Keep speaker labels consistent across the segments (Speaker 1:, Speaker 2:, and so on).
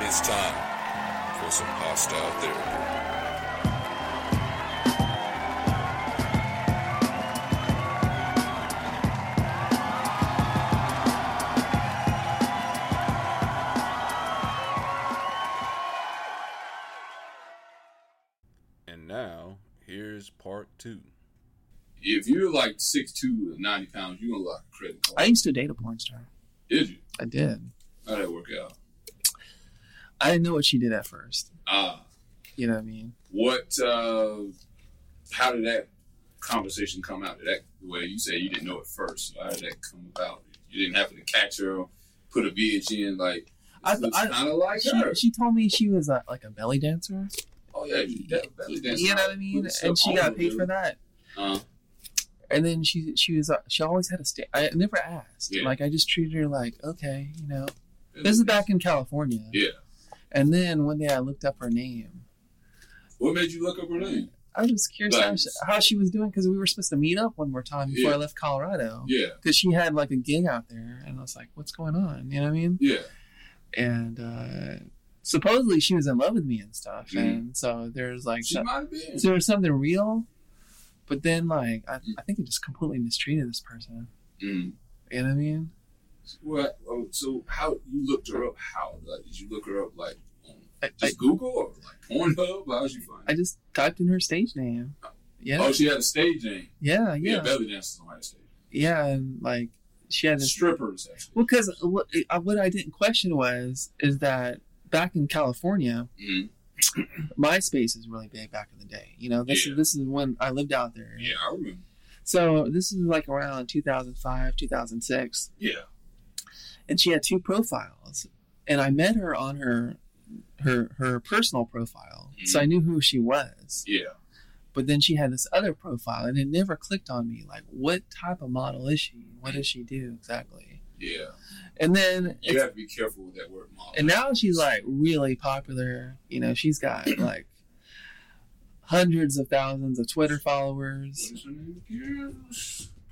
Speaker 1: It's time for some hostile therapy. And now, here's part two.
Speaker 2: If you're like 6'2 and 90 pounds, you're going to lock a credit card.
Speaker 3: I used to date a porn star.
Speaker 2: Did you?
Speaker 3: I did.
Speaker 2: How'd that work out?
Speaker 3: I didn't know what she did at first.
Speaker 2: Ah,
Speaker 3: You know what I mean?
Speaker 2: what, uh, how did that conversation come out? Did that, well, you said you didn't know it first. So how did that come about? You didn't happen to catch her or put a BH in, like,
Speaker 3: I-
Speaker 2: this looks
Speaker 3: I-
Speaker 2: kind of like
Speaker 3: She,
Speaker 2: her.
Speaker 3: she told me she was a, like a belly dancer.
Speaker 2: oh, yeah, you that belly dance.
Speaker 3: you know what I mean? And she got paid for that.
Speaker 2: Uh,
Speaker 3: And then she she was uh, she always had a sta I never asked.
Speaker 2: Yeah.
Speaker 3: Like I just treated her like okay, you know. This is back in California.
Speaker 2: Yeah.
Speaker 3: And then one day I looked up her name.
Speaker 2: What made you look up her name?
Speaker 3: I was just curious how
Speaker 2: Nice.
Speaker 3: she, how she was doing because we were supposed to meet up one more time before
Speaker 2: Yeah.
Speaker 3: I left Colorado
Speaker 2: Yeah,
Speaker 3: because she had like a gig out there and I was like, what's going on? You know what I mean?
Speaker 2: yeah.
Speaker 3: and uh, supposedly she was in love with me and stuff.
Speaker 2: Mhm.
Speaker 3: And so there's like
Speaker 2: She
Speaker 3: uh, so,
Speaker 2: might have been.
Speaker 3: there was something real, but then like I, I think I just completely mistreated this person.
Speaker 2: Mm.
Speaker 3: You know what I mean?
Speaker 2: What? Oh, so how you looked her up? How like did you look her up? Like on
Speaker 3: I, I,
Speaker 2: just Google or like Pornhub? How'd you find?
Speaker 3: I just typed in her stage name.
Speaker 2: her?
Speaker 3: Yeah,
Speaker 2: Oh, she had a stage name.
Speaker 3: yeah,
Speaker 2: Yeah,
Speaker 3: yeah, yeah,
Speaker 2: belly dancers on that stage.
Speaker 3: and like she had this.
Speaker 2: Strippers actually.
Speaker 3: Well, because what, I- what I didn't question was is that back in California,
Speaker 2: Mhm.
Speaker 3: MySpace is really big back in the day. You know, this
Speaker 2: Yeah.
Speaker 3: is this is when I lived out there.
Speaker 2: Yeah, I remember.
Speaker 3: So this is like around 2005, 2006.
Speaker 2: Yeah,
Speaker 3: and she had two profiles and i met her on her her her personal profile so i knew who she was
Speaker 2: yeah.
Speaker 3: but then she had this other profile and it never clicked on me like what type of model is she what does she do exactly
Speaker 2: Yeah,
Speaker 3: and then
Speaker 2: you have to be careful with that word model.
Speaker 3: and now she's like really popular you know she's got like hundreds of thousands of twitter
Speaker 2: What
Speaker 3: followers
Speaker 2: is her name again?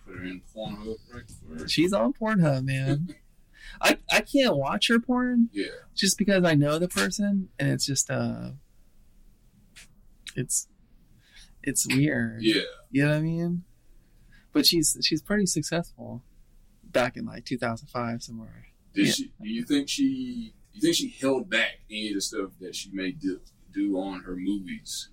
Speaker 2: Put her in Pornhub right quick.
Speaker 3: she's on pornhub man I, I can't watch her porn
Speaker 2: Yeah,
Speaker 3: just because I know the person and it's just uh it's it's weird.
Speaker 2: yeah.
Speaker 3: You know what I mean? But she's she's pretty successful back in like 2005 somewhere.
Speaker 2: Did
Speaker 3: Yeah.
Speaker 2: she? Do you think she? You think she held back any of the stuff that she may do, do on her movies?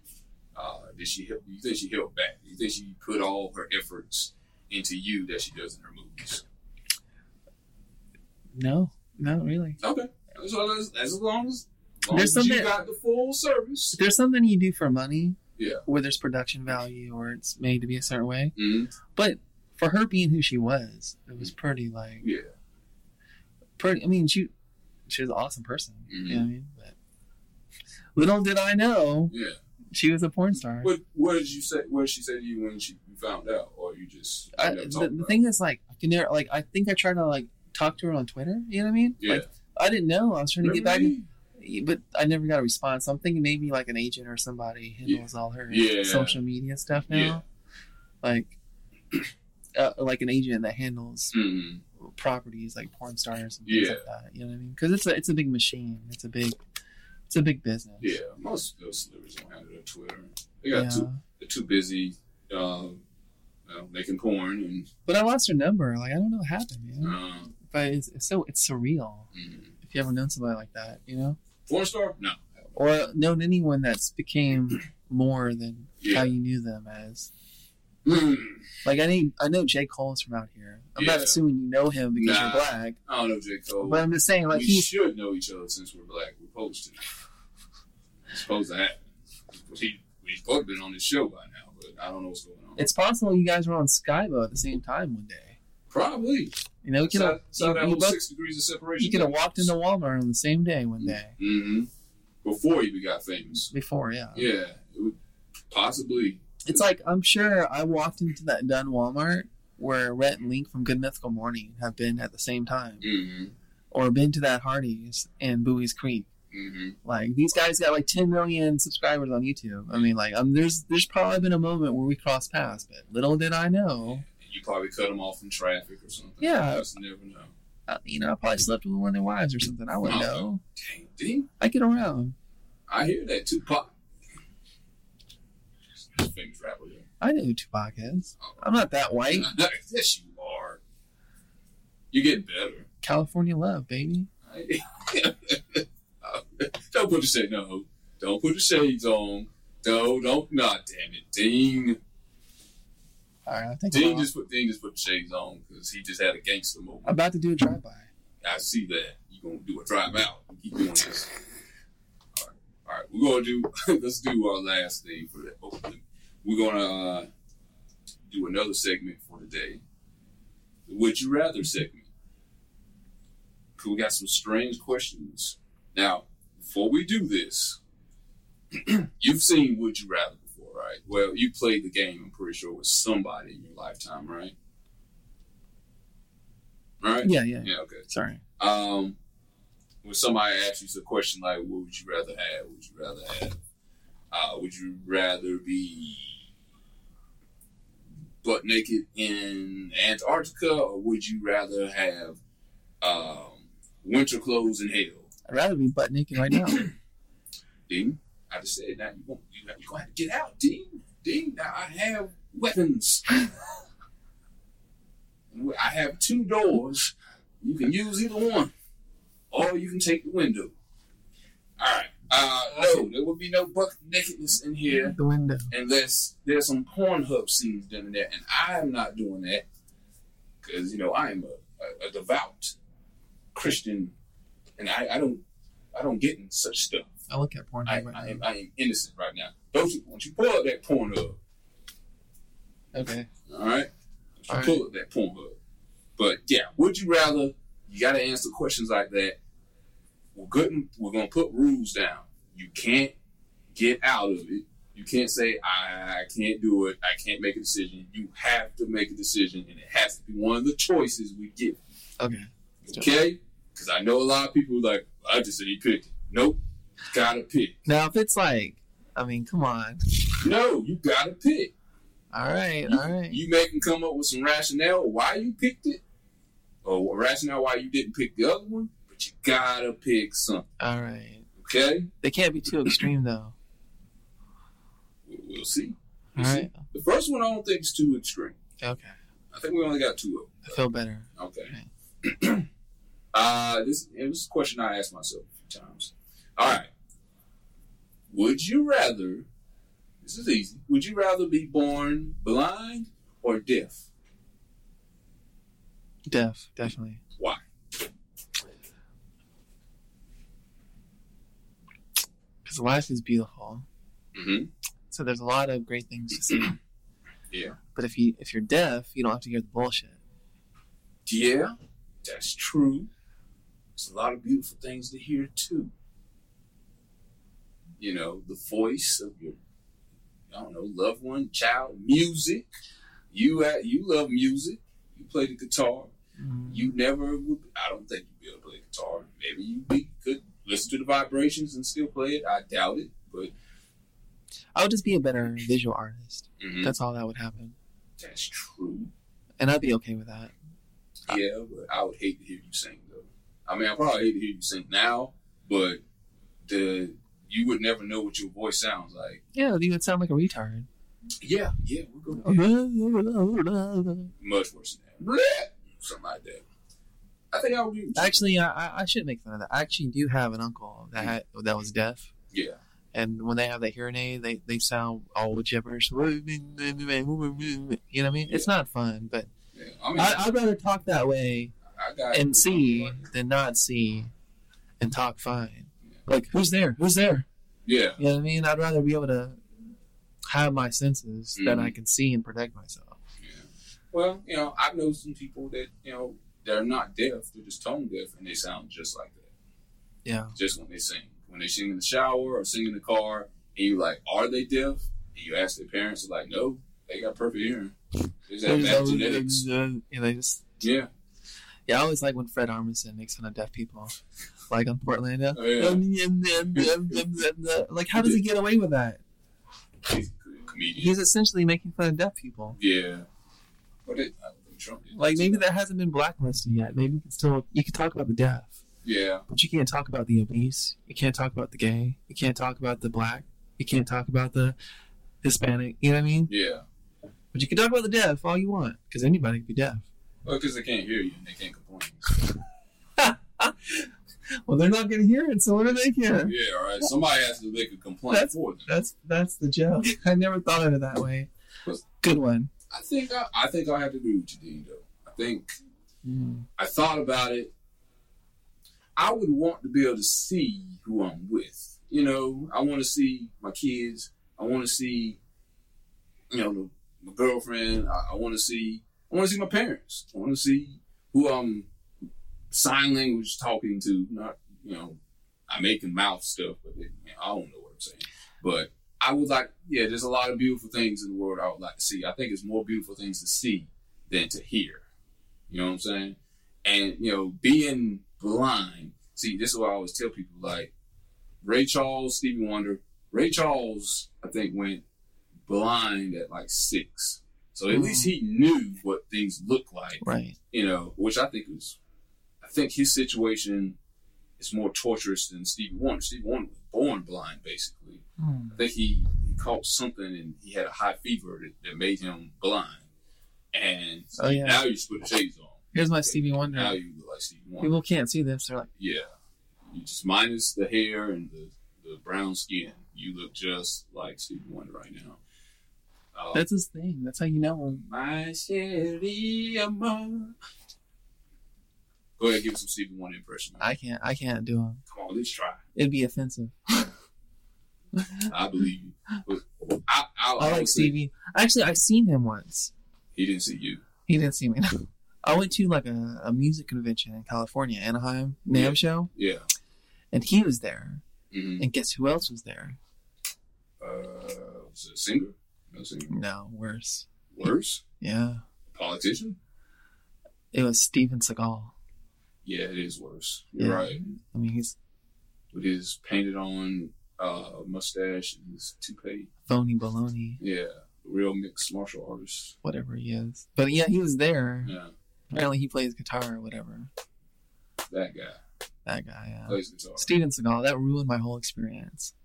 Speaker 2: Uh, did she? hel- You think she held back? You think she put all her efforts into you that she does in her movies?
Speaker 3: No, not really.
Speaker 2: Okay, as long as, as long as, as long
Speaker 3: There's
Speaker 2: as you
Speaker 3: something-
Speaker 2: got the full service.
Speaker 3: There's something you do for money,
Speaker 2: Yeah.
Speaker 3: where there's production value or it's made to be a certain way.
Speaker 2: hmm
Speaker 3: But for her being who she was, it was pretty like
Speaker 2: Yeah.
Speaker 3: pretty. I mean, she she was an awesome person.
Speaker 2: Mhm.
Speaker 3: You know what I mean? But little did I know
Speaker 2: Yeah.
Speaker 3: she was a porn star.
Speaker 2: What What did you say? What did she say to you when she you found out, or you just
Speaker 3: I,
Speaker 2: you never
Speaker 3: the,
Speaker 2: talked
Speaker 3: the
Speaker 2: about
Speaker 3: thing is, like, I can never, like, I think I tried to, like, talk to her on Twitter. You know what I mean?
Speaker 2: it? Yeah.
Speaker 3: Like, I didn't know. I was trying to get back, in,
Speaker 2: Really?
Speaker 3: but I never got a response. I'm thinking maybe, like, an agent or somebody handles all her
Speaker 2: Yeah.
Speaker 3: social media stuff now.
Speaker 2: Yeah.
Speaker 3: Like, uh, like an agent that handles
Speaker 2: Mhm.
Speaker 3: properties like porn stars and things
Speaker 2: Yeah.
Speaker 3: like that. You know what I mean? Because it's a, it's a big machine. It's a big, it's a big business.
Speaker 2: Yeah. Most of those celebrities don't handle their Twitter. They got two they're too busy um, well, making porn
Speaker 3: But I lost her number. Like, I don't know what happened, man.
Speaker 2: and um,
Speaker 3: But it's, it's so, it's surreal.
Speaker 2: mm.
Speaker 3: If you ever known somebody like that, you know?
Speaker 2: porn star. No,
Speaker 3: or known anyone that's became more than how
Speaker 2: yeah,
Speaker 3: you knew them as.
Speaker 2: Mm.
Speaker 3: Like I need, I know J Cole's from out here. I'm not
Speaker 2: Yeah.
Speaker 3: assuming you know him because
Speaker 2: Nah.
Speaker 3: you're black,
Speaker 2: I don't know J Cole.
Speaker 3: but I'm just saying like
Speaker 2: we
Speaker 3: he's
Speaker 2: should know each other since we're black. We're supposed to. It's supposed to happen. He, we've both been on this show by now, but I don't know what's going on.
Speaker 3: it's possible you guys were on Skybo at the same time one day.
Speaker 2: probably
Speaker 3: You know, you could have
Speaker 2: It's not that
Speaker 3: you, you
Speaker 2: whole
Speaker 3: both-
Speaker 2: six degrees of separation.
Speaker 3: you could have walked into Walmart on the same day one day
Speaker 2: hmm before he got famous.
Speaker 3: before. Yeah,
Speaker 2: Yeah, it would possibly.
Speaker 3: it's like I'm sure I walked into that done Walmart where Rhett and Link from Good Mythical Morning have been at the same time,
Speaker 2: hmm
Speaker 3: or been to that Hardee's and Bowie's Creek.
Speaker 2: hmm
Speaker 3: Like these guys got like 10 million subscribers on YouTube. I mean, like, um, there's there's probably been a moment where we crossed paths, but little did I know.
Speaker 2: You probably cut him off in traffic or something.
Speaker 3: Yeah.
Speaker 2: you just never know.
Speaker 3: uh, you know, I probably slept with one of their wives or something. I wouldn't
Speaker 2: Oh.
Speaker 3: know.
Speaker 2: Dang, D,
Speaker 3: I get around.
Speaker 2: I hear that Tupac. Famous rapper. yeah.
Speaker 3: I know who Tupac is. I'm not that white.
Speaker 2: yes, you are. You get better.
Speaker 3: California love, baby.
Speaker 2: don't put the shade. No, don't put the shades on. No, don't. Not damn it, Dean.
Speaker 3: All right, I think I'm
Speaker 2: Dean
Speaker 3: off.
Speaker 2: just put Dean just put the shades on because he just had a gangster moment.
Speaker 3: I'm about to do a drive by.
Speaker 2: I see that. You gonna do a drive out. Keep doing this. All right, all right. We're gonna do. let's do our last thing for that opening. We're gonna uh, do another segment for today. The Would you rather segment? 'Cause we got some strange questions. Now, before we do this, you've seen Would You Rather before, right? Well, you played the game. I'm pretty sure with somebody in your lifetime, right? Right.
Speaker 3: Yeah, yeah.
Speaker 2: Yeah. Okay.
Speaker 3: Sorry.
Speaker 2: Um, when somebody asks you the question like, "What would you rather have? Would you rather have? Uh, would you rather be butt naked in Antarctica, or would you rather have um, winter clothes in hell?"
Speaker 3: I'd rather be butt naked right now.
Speaker 2: Dean, I just said now you won't. You you gonna have to get out, Dean. Dean, now I have weapons. I have two doors. You can use either one, or you can take the window. All right. Uh, no, there will be no buck nakedness in here
Speaker 3: The window.
Speaker 2: unless there's some Pornhub scenes done in there, and I am not doing that because you know I am a, a, a devout Christian, and I, I don't I don't get in such stuff.
Speaker 3: I look at porn.
Speaker 2: I,
Speaker 3: right
Speaker 2: I,
Speaker 3: now.
Speaker 2: am, I am innocent right now. Don't you, won't you pull up that porn up?
Speaker 3: Okay.
Speaker 2: All right,
Speaker 3: All right.
Speaker 2: pull up that porn up. But yeah, would you rather? You got to answer questions like that. We're good. We're gonna put rules down. You can't get out of it. You can't say I can't do it. I can't make a decision. You have to make a decision, and it has to be one of the choices we give.
Speaker 3: Okay.
Speaker 2: Okay? Because I know a lot of people like I just said he picked. It. Nope, gotta pick.
Speaker 3: Now, if it's like, I mean, come on.
Speaker 2: No, you gotta pick.
Speaker 3: All right,
Speaker 2: You-
Speaker 3: all right.
Speaker 2: You make them come up with some rationale why you picked it, or rationale why you didn't pick the other one. But you gotta pick something,
Speaker 3: All right.
Speaker 2: okay?
Speaker 3: They can't be too extreme, though.
Speaker 2: We- We'll see.
Speaker 3: All
Speaker 2: We'll see.
Speaker 3: right.
Speaker 2: The first one I don't think is too extreme.
Speaker 3: Okay.
Speaker 2: I think we only got two
Speaker 3: I feel better.
Speaker 2: of them. Okay. uh, this, and this is a question I asked myself a few times. All right. Would you rather? This is easy. Would you rather be born blind or deaf?
Speaker 3: Deaf, definitely.
Speaker 2: Why?
Speaker 3: Because life is beautiful.
Speaker 2: Mm-hmm.
Speaker 3: So there's a lot of great things to see.
Speaker 2: Yeah.
Speaker 3: But if you if you're deaf, you don't have to hear the bullshit.
Speaker 2: Yeah, that's true. There's a lot of beautiful things to hear too. You know, the voice of your, I don't know, loved one, child, music. You at you love music. You play the guitar. You never would. I don't think you'd be able to play guitar. Maybe you be, could listen to the vibrations and still play it. I doubt it, but
Speaker 3: I would just be a better visual artist.
Speaker 2: mhm,
Speaker 3: That's all that would happen,
Speaker 2: that's true.
Speaker 3: and I'd be okay with that.
Speaker 2: Yeah, but I would hate to hear you sing though. I mean, I probably hate to hear you sing now, but the you would never know what your voice sounds like.
Speaker 3: Yeah, you would sound like a retard.
Speaker 2: Yeah, yeah, we're going
Speaker 3: Mm-hmm.
Speaker 2: much worse than that. Bleh! Something like that. I think I would be.
Speaker 3: Actually, I, I- I should make fun of that. I actually do have an uncle that had, that was deaf,
Speaker 2: yeah,
Speaker 3: and when they have that hearing aid, they, they sound all gibberish. You know what I mean? It's not fun, but
Speaker 2: yeah. I mean,
Speaker 3: I,
Speaker 2: I,
Speaker 3: I'd rather talk that way
Speaker 2: got
Speaker 3: and see than not see and talk fine. Like, who's there? Who's there?
Speaker 2: Yeah,
Speaker 3: You know what I mean? I'd rather be able to have my senses that
Speaker 2: Mm-hmm.
Speaker 3: I can see and protect myself.
Speaker 2: well, you know, I know some people that you know they're not deaf; they're just tone deaf, and they sound just like that.
Speaker 3: Yeah.
Speaker 2: just when they sing. When they sing in the shower or sing in the car, and you like, are they deaf? And you ask their parents, like, no, they got perfect hearing. They just have bad genetics.
Speaker 3: You know, they just
Speaker 2: Yeah,
Speaker 3: Yeah, I always like when Fred Armisen makes fun of deaf people, like on Portlandia.
Speaker 2: Oh, yeah.
Speaker 3: Um, yum, yum, yum, yum, yum, yum. like, how does he get away with that?
Speaker 2: he's a good comedian.
Speaker 3: He's essentially making fun of deaf people.
Speaker 2: Yeah, but it, I'm Trump did.
Speaker 3: Like maybe that hasn't been blacklisted yet. Maybe you can still you can talk about the deaf,
Speaker 2: Yeah.
Speaker 3: but you can't talk about the obese. You can't talk about the gay. You can't talk about the black. You can't talk about the Hispanic. You know what I mean?
Speaker 2: Yeah.
Speaker 3: But you can talk about the deaf all you want because anybody can be deaf.
Speaker 2: Well, because they can't hear you and they can't complain.
Speaker 3: Well, they're not going to hear it, so what do they care?
Speaker 2: Yeah, all right. Somebody has to make a complaint
Speaker 3: That's-
Speaker 2: for them.
Speaker 3: That's that's the joke. I never thought of it that way. Good one.
Speaker 2: I think I, I think I have to do what you did though. I think I thought about it. I would want to be able to see who I'm with. You know, I want to see my kids. I want to see, you know, my girlfriend. I, I want to see. I want to see my parents. I want to see who I'm sign language talking to. Not you know, I make and mouth stuff, but it, I don't know what I'm saying. But I would like, yeah, there's a lot of beautiful things in the world I would like to see. I think it's more beautiful things to see than to hear. You know what I'm saying? And, you know, being blind, see, this is what I always tell people like Ray Charles, Stevie Wonder. Ray Charles, I think, went blind at like six. So at
Speaker 3: Mhm.
Speaker 2: least he knew what things look like
Speaker 3: Right.
Speaker 2: you know, which I think is, I think his situation is more torturous than Stevie Wonder. Stevie Wonder was born blind, basically. I think he, he caught something and he had a high fever that, that made him blind. And
Speaker 3: Oh yeah.
Speaker 2: now you just put the shades on.
Speaker 3: Here's my Stevie
Speaker 2: Now
Speaker 3: Wonder.
Speaker 2: you look like Stevie Wonder.
Speaker 3: People can't see this. They're like,
Speaker 2: Yeah. You just minus the hair and the, the brown skin. You look just like Stevie Wonder right now. Uh,
Speaker 3: that's his thing. That's how you know him.
Speaker 2: my Sherry Amar. Go ahead, give us some Stevie Wonder impression. man.
Speaker 3: I can't. I can't do him.
Speaker 2: Come on, let's try.
Speaker 3: It'd be offensive.
Speaker 2: I believe you. But I, I,
Speaker 3: I like Stevie. Actually, I've seen him once.
Speaker 2: He didn't see you.
Speaker 3: He didn't see me.
Speaker 2: Hmm.
Speaker 3: I went to like a, a music convention in California, Anaheim, NAM
Speaker 2: Yeah.
Speaker 3: show,
Speaker 2: Yeah.
Speaker 3: and he was there.
Speaker 2: Mm-hmm.
Speaker 3: And guess who else was there?
Speaker 2: Uh, was it a singer? No singer.
Speaker 3: No, worse.
Speaker 2: Worse?
Speaker 3: Yeah,
Speaker 2: Politician?
Speaker 3: it was Steven Seagal.
Speaker 2: Yeah, it is worse. You're
Speaker 3: Yeah.
Speaker 2: right.
Speaker 3: I mean, he's
Speaker 2: With his painted on uh, mustache and his toupee.
Speaker 3: phony baloney,
Speaker 2: Yeah. Real mixed martial artist.
Speaker 3: whatever he is. But yeah, he was there.
Speaker 2: Yeah.
Speaker 3: Apparently, he plays guitar or whatever.
Speaker 2: That guy.
Speaker 3: That guy. Yeah.
Speaker 2: Plays guitar.
Speaker 3: Steven Seagal. That ruined my whole experience.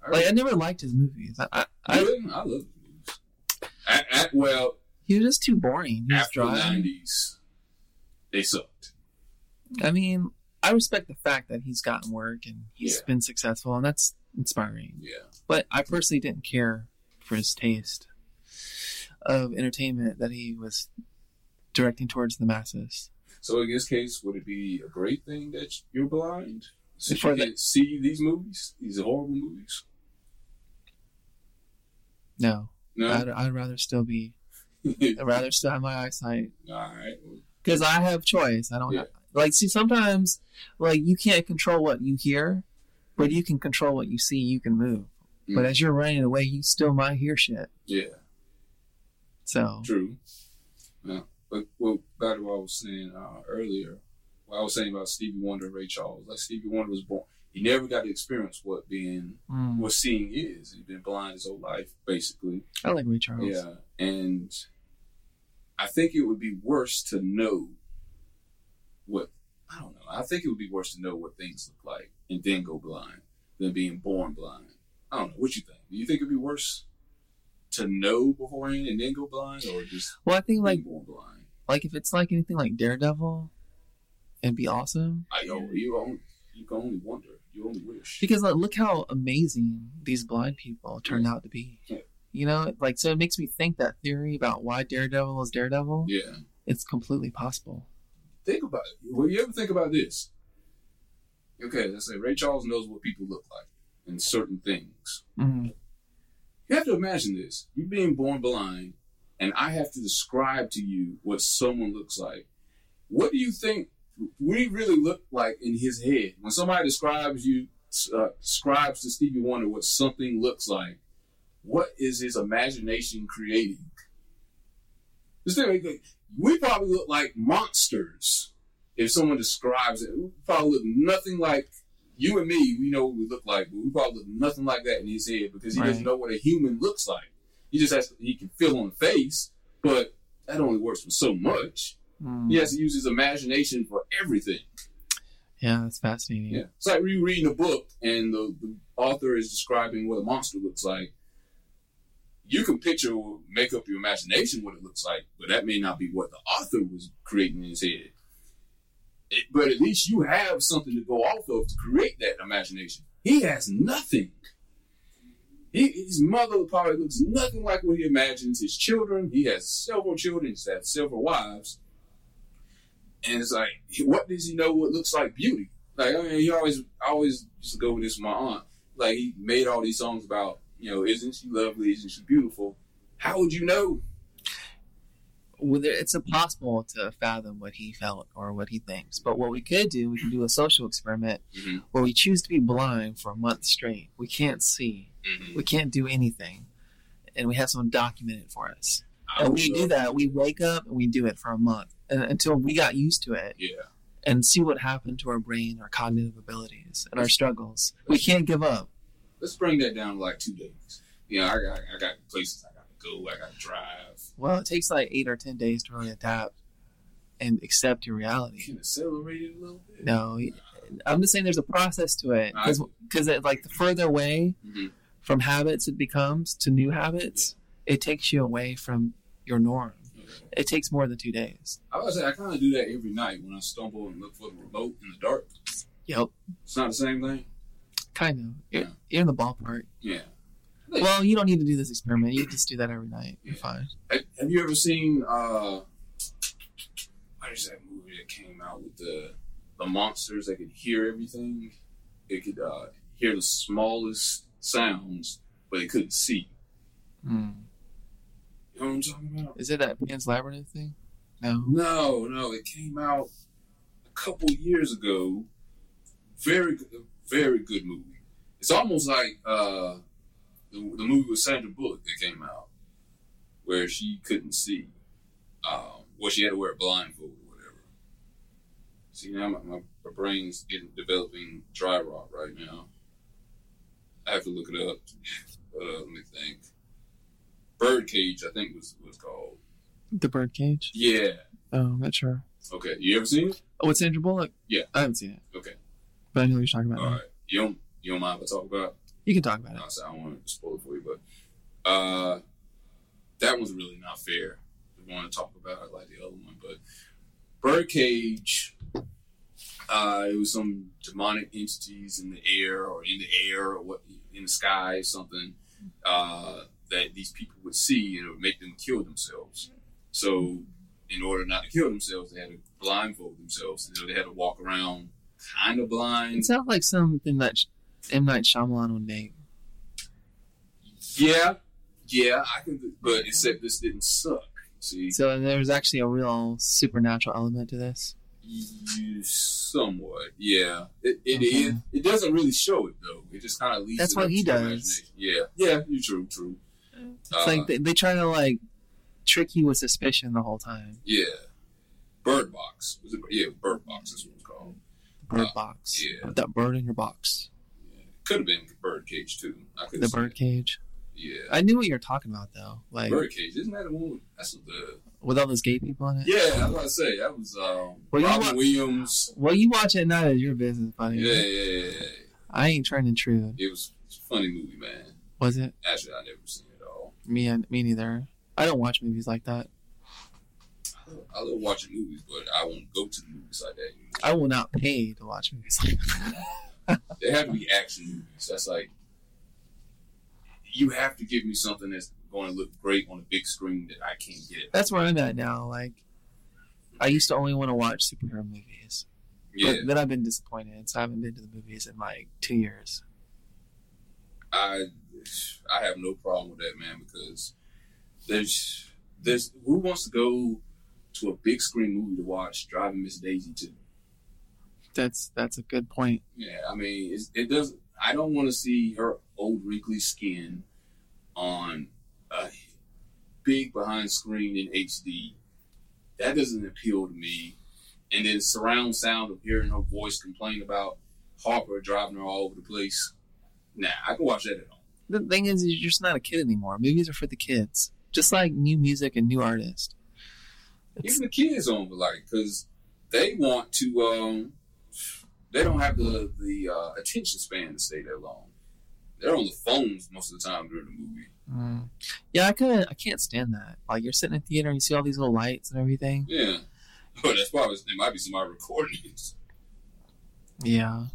Speaker 2: All right.
Speaker 3: Like I never liked his movies. I, I, I,
Speaker 2: I, I love the movies. At, at, well,
Speaker 3: he was just too boring. He was
Speaker 2: after the
Speaker 3: dry.
Speaker 2: 90s, they sucked.
Speaker 3: I mean, I respect the fact that he's gotten work and he's
Speaker 2: Yeah.
Speaker 3: been successful, and that's inspiring.
Speaker 2: Yeah.
Speaker 3: But I personally didn't care for his taste of entertainment that he was directing towards the masses.
Speaker 2: So in this case, would it be a great thing that you're blind? So
Speaker 3: For
Speaker 2: you
Speaker 3: the-
Speaker 2: can see these movies, these horrible movies.
Speaker 3: No,
Speaker 2: No.
Speaker 3: I'd, I'd rather still be, I'd rather still have my eyesight
Speaker 2: All right.
Speaker 3: because I have choice. I don't
Speaker 2: Yeah.
Speaker 3: have, like see sometimes like you can't control what you hear, but you can control what you see. You can move, but
Speaker 2: Mm.
Speaker 3: as you're running away, you still might hear shit.
Speaker 2: Yeah.
Speaker 3: So
Speaker 2: True. Yeah. But well, back to what I was saying uh, earlier, what I was saying about Stevie Wonder and Ray Charles. Like Stevie Wonder was born, he never got to experience what being,
Speaker 3: mm,
Speaker 2: what seeing is. He's been blind his whole life, basically.
Speaker 3: I like Ray Charles.
Speaker 2: Yeah, and I think it would be worse to know what I don't know. I think it would be worse to know what things look like and then go blind than being born blind. I don't know. What you think? Do you think it'd be worse to know beforehand and then go blind, or just
Speaker 3: Well, I think like
Speaker 2: being born blind?
Speaker 3: like if it's like anything like Daredevil, it'd be awesome.
Speaker 2: I yo, you only, you can only wonder. You only wish.
Speaker 3: Because like, look how amazing these blind people turned out to be.
Speaker 2: Yeah.
Speaker 3: You know, like so it makes me think that theory about why Daredevil is Daredevil.
Speaker 2: Yeah.
Speaker 3: It's completely possible.
Speaker 2: Think about it. Will you ever think about this? Okay, let's say Ray Charles knows what people look like and certain things.
Speaker 3: Mm.
Speaker 2: You have to imagine this. You being born blind, and I have to describe to you what someone looks like. What do you think we really look like in his head? When somebody describes you, uh, describes to Stevie Wonder what something looks like, what is his imagination creating? Just think, like, we probably look like monsters if someone describes it. We probably look nothing like you and me. We know what we look like, but we probably look nothing like that in his head because he
Speaker 3: Right.
Speaker 2: doesn't know what a human looks like. He just has to, he can feel on the face, but that only works for so much.
Speaker 3: Mm.
Speaker 2: He has to use his imagination for everything.
Speaker 3: Yeah, that's fascinating.
Speaker 2: Yeah. It's like rereading a book and the, the author is describing what a monster looks like. You can picture, make up your imagination what it looks like, but that may not be what the author was creating in his head. It, but at least you have something to go off of to create that imagination. He has nothing. He, his mother probably looks nothing like what he imagines. His children, he has several children, he's had several wives. And it's like, what does he know what looks like beauty? like I mean, he always I always used to go with this with my aunt. Like he made all these songs about you know, isn't she lovely? Isn't she beautiful? How would you know?
Speaker 3: Well, there- it's impossible to fathom what he felt or what he thinks. But what we could do, we can do a social experiment
Speaker 2: Mhm.
Speaker 3: where we choose to be blind for a month straight. We can't see. We can't do anything, and we have someone document it for us.
Speaker 2: I
Speaker 3: And
Speaker 2: would
Speaker 3: we
Speaker 2: know.
Speaker 3: do that. We wake up and we do it for a month and, until we got used to it
Speaker 2: Yeah,
Speaker 3: and see what happened to our brain, our cognitive abilities, and our struggles. We can't give up.
Speaker 2: let's bring that down to like two days. You know, I got I got places I got to go. I got to drive.
Speaker 3: Well, it takes like eight or ten days to really adapt and accept your reality.
Speaker 2: You can accelerate it a little bit.
Speaker 3: No, I'm just saying there's a process to it because it like the further away
Speaker 2: Mhm.
Speaker 3: from habits it becomes to new habits, it takes you away from your norm. It takes more than two days.
Speaker 2: I was I kind of do that every night when I stumble and look for the remote in the dark.
Speaker 3: Yep,
Speaker 2: It's not the same thing.
Speaker 3: kind of. You're,
Speaker 2: Yeah.
Speaker 3: you're in the ballpark.
Speaker 2: Yeah.
Speaker 3: Well, you don't need to do this experiment. You just do that every night. You're
Speaker 2: Yeah.
Speaker 3: fine.
Speaker 2: Have, have you ever seen uh what is that movie that came out with the the monsters that could hear everything? It could uh hear the smallest sounds, but it couldn't see. Hmm.
Speaker 3: Mm.
Speaker 2: You know what I'm talking about?
Speaker 3: Is it that Pan's Labyrinth thing? No.
Speaker 2: No, no, it came out a couple years ago. Very good very good movie. It's almost like uh the, the movie with Sandra Bullock that came out where she couldn't see. Um, well, she had to wear a blindfold or whatever. See, now my, my, my brain's getting developing dry rot right now. I have to look it up. Uh, let me think. Birdcage, I think was was called.
Speaker 3: The Birdcage?
Speaker 2: Yeah.
Speaker 3: Oh, I'm not sure.
Speaker 2: Okay. You ever seen it?
Speaker 3: Oh, it's Sandra Bullock?
Speaker 2: Yeah.
Speaker 3: I haven't seen it.
Speaker 2: Okay.
Speaker 3: But I know what you're talking about.
Speaker 2: All
Speaker 3: now.
Speaker 2: right. You don't you don't mind if I talk about? it?
Speaker 3: You can talk about it.
Speaker 2: No, so I don't want to spoil it for you, but uh, that one's really not fair. We want to talk about it like the other one, but Birdcage, uh, it was some demonic entities in the air or in the air or what in the sky, something uh, that these people would see and it would make them kill themselves. So, in order not to kill themselves, they had to blindfold themselves, and so they had to walk around kind of blind.
Speaker 3: It sounds like something that Sh- M. Night Shyamalan would make.
Speaker 2: Yeah, yeah, I can, but except this didn't suck. See,
Speaker 3: So there's actually a real supernatural element to this.
Speaker 2: you somewhat, yeah. It it
Speaker 3: Okay.
Speaker 2: is- It doesn't really show it though. It just kind of leads.
Speaker 3: That's
Speaker 2: it
Speaker 3: what
Speaker 2: up
Speaker 3: he
Speaker 2: to your
Speaker 3: does.
Speaker 2: imagination. Yeah, yeah. You true, true.
Speaker 3: It's
Speaker 2: Uh-huh.
Speaker 3: like they, they try to like trick you with suspicion the whole time.
Speaker 2: Yeah, Bird Box. Was it, yeah, Bird Box is what it's called.
Speaker 3: Bird
Speaker 2: Uh,
Speaker 3: box.
Speaker 2: yeah.
Speaker 3: Put that bird in your box.
Speaker 2: Could have been Bird Cage too. I could
Speaker 3: The bird cage.
Speaker 2: Yeah,
Speaker 3: I knew what you were talking about though. Like
Speaker 2: Bird Cage. Isn't that the one? With, that's the.
Speaker 3: with all those gay people in it.
Speaker 2: Yeah, I was about to say that was um,
Speaker 3: Well, you
Speaker 2: Robin
Speaker 3: want-
Speaker 2: Williams.
Speaker 3: Well, you watch it now is your business, buddy.
Speaker 2: Yeah, yeah, yeah, yeah.
Speaker 3: I ain't trying to intrude.
Speaker 2: It was, it was a funny movie, man.
Speaker 3: Was it
Speaker 2: Actually, I never seen it at all.
Speaker 3: me? And me neither. I don't watch movies like that.
Speaker 2: I love- I love watching movies, but I won't go to the movies like that anymore.
Speaker 3: I will not pay to watch movies like that.
Speaker 2: They have to be action movies. That's like you have to give me something that's going to look great on a big screen that I can't get.
Speaker 3: That's where I'm at now. Like, I used to only want to watch superhero movies.
Speaker 2: Yeah,
Speaker 3: But then I've been disappointed, so I haven't been to the movies in like two years.
Speaker 2: I I have no problem with that, man, because there's there's who wants to go to a big screen movie to watch Driving Miss Daisy too.
Speaker 3: That's that's a good point.
Speaker 2: Yeah, I mean, it's, it doesn't. I don't want to see her old wrinkly skin on a big behind screen in HD. That doesn't appeal to me. And then surround sound of hearing her voice complain about Harper driving her all over the place. Nah, I can watch that at home.
Speaker 3: The thing is, you're just not a kid anymore. Movies are for the kids, just like new music and new artists.
Speaker 2: Even the kids on the like because they want to. um They don't have the the uh, attention span to stay that long. They're on the phones most of the time during the movie.
Speaker 3: Mm. Yeah, I kind of I can't stand that. Like you're sitting in theater and you see all these little lights and everything.
Speaker 2: Yeah, but that's probably there might be somebody recording it.
Speaker 3: Yeah,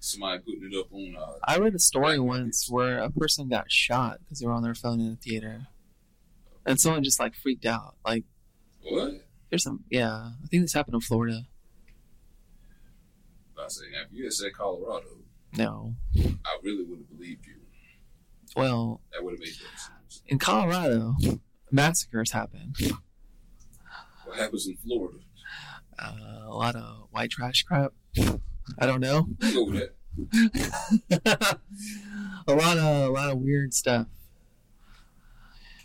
Speaker 2: Somebody putting it up on. Uh,
Speaker 3: I read a story once where a person got shot because they were on their phone in a theater, and someone just like freaked out. Like
Speaker 2: what?
Speaker 3: there's some yeah, I think this happened in Florida.
Speaker 2: I say, now, if you had said Colorado,
Speaker 3: No,
Speaker 2: I really would have believed you.
Speaker 3: well
Speaker 2: That would have made more sense.
Speaker 3: in Colorado, massacres happen.
Speaker 2: What happens in Florida?
Speaker 3: Uh, a lot of white trash crap. I don't know.
Speaker 2: You know that.
Speaker 3: a lot of a lot of weird stuff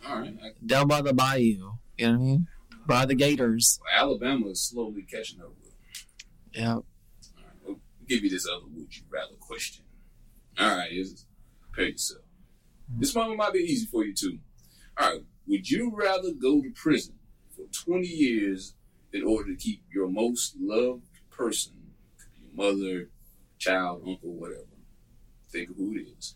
Speaker 2: All right. I,
Speaker 3: down by the bayou. You know what I mean? By the gators.
Speaker 2: Alabama is slowly catching up with.
Speaker 3: Yeah.
Speaker 2: All right, we'll give you this other would you rather question. All right, is prepare yourself. This one might be easy for you too. All right, would you rather go to prison for 20 years in order to keep your most loved person, could be your mother, child, uncle, whatever? Think of who it is.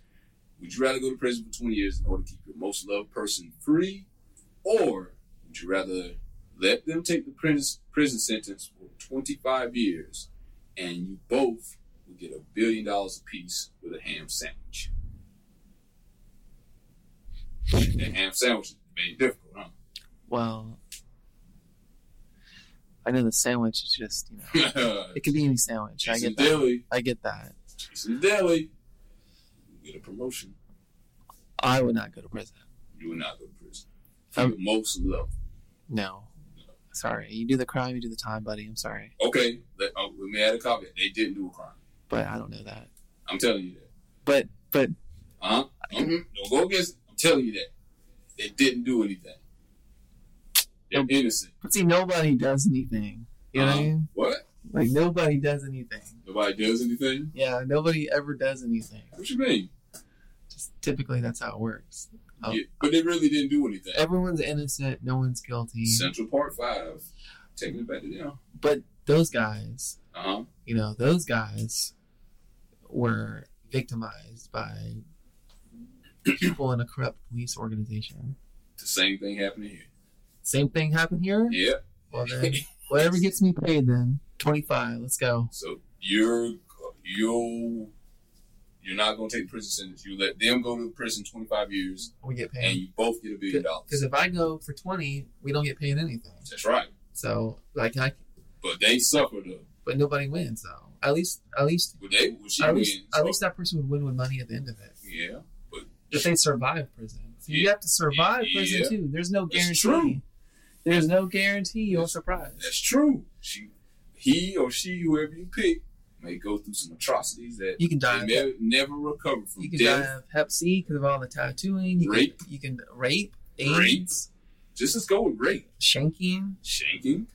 Speaker 2: Would you rather go to prison for 20 years in order to keep your most loved person free, or would you rather let them take the prison prison sentence for 25 years and you both will get a billion dollars apiece with a ham sandwich. That ham sandwich is made difficult, huh?
Speaker 3: Well, I know the sandwich is just you know it
Speaker 2: it's
Speaker 3: could be any sandwich. I
Speaker 2: in
Speaker 3: get that.
Speaker 2: deli.
Speaker 3: I get that.
Speaker 2: It's in deli. You get a promotion.
Speaker 3: I would not go to prison.
Speaker 2: You will not go to prison. For
Speaker 3: Um,
Speaker 2: your most love.
Speaker 3: No. Sorry, you do the crime, you do the time, buddy. I'm sorry,
Speaker 2: Okay, let, oh, let me add a caveat. They didn't do a crime.
Speaker 3: but I don't know that.
Speaker 2: I'm telling you that.
Speaker 3: But but
Speaker 2: Uh-huh. Mhm.
Speaker 3: Mm-hmm.
Speaker 2: Don't go against it. I'm telling you that. They didn't do anything. They're
Speaker 3: Nope.
Speaker 2: innocent.
Speaker 3: but see, nobody does anything. You know what I
Speaker 2: Uh-huh.
Speaker 3: mean?
Speaker 2: What?
Speaker 3: Like nobody does anything.
Speaker 2: Nobody does anything?
Speaker 3: Yeah, nobody ever does anything.
Speaker 2: What you mean?
Speaker 3: Just typically, that's how it works. Oh. Mm-hmm.
Speaker 2: Yeah, but they really didn't do anything.
Speaker 3: Everyone's innocent. No one's guilty.
Speaker 2: Central Park Five, taking it back to them.
Speaker 3: But those guys,
Speaker 2: Uh huh.
Speaker 3: you know, those guys were victimized by people in a corrupt police organization.
Speaker 2: The same thing happened here.
Speaker 3: Same thing happened here.
Speaker 2: Yeah.
Speaker 3: Well, then, whatever gets me paid, then twenty-five. Let's go.
Speaker 2: So you're you you're not gonna take the prison sentence. You let them go to prison 25 years,
Speaker 3: We get
Speaker 2: and
Speaker 3: paid
Speaker 2: you both get a billion
Speaker 3: because
Speaker 2: dollars.
Speaker 3: if I go for twenty, we don't get paid anything.
Speaker 2: That's right.
Speaker 3: So, like, I
Speaker 2: But they suffered. though.
Speaker 3: but nobody wins though. At least, at least,
Speaker 2: Well, they well, she
Speaker 3: at
Speaker 2: wins.
Speaker 3: least, at least that person would win with money at the end of it.
Speaker 2: yeah.
Speaker 3: if they survive prison. So you have to survive prison
Speaker 2: Yeah.
Speaker 3: too. There's no
Speaker 2: It's
Speaker 3: guarantee.
Speaker 2: true.
Speaker 3: There's no guarantee you'll surprise.
Speaker 2: That's true. She, he or she, whoever you pick, may go through some atrocities that
Speaker 3: You can
Speaker 2: they
Speaker 3: die.
Speaker 2: never, never recover from.
Speaker 3: You can
Speaker 2: death,
Speaker 3: die of Hep C because of all the tattooing. You
Speaker 2: Rape.
Speaker 3: Can, you can rape,
Speaker 2: Rape.
Speaker 3: AIDS,
Speaker 2: Just let's go with rape,
Speaker 3: shanking,
Speaker 2: shanking,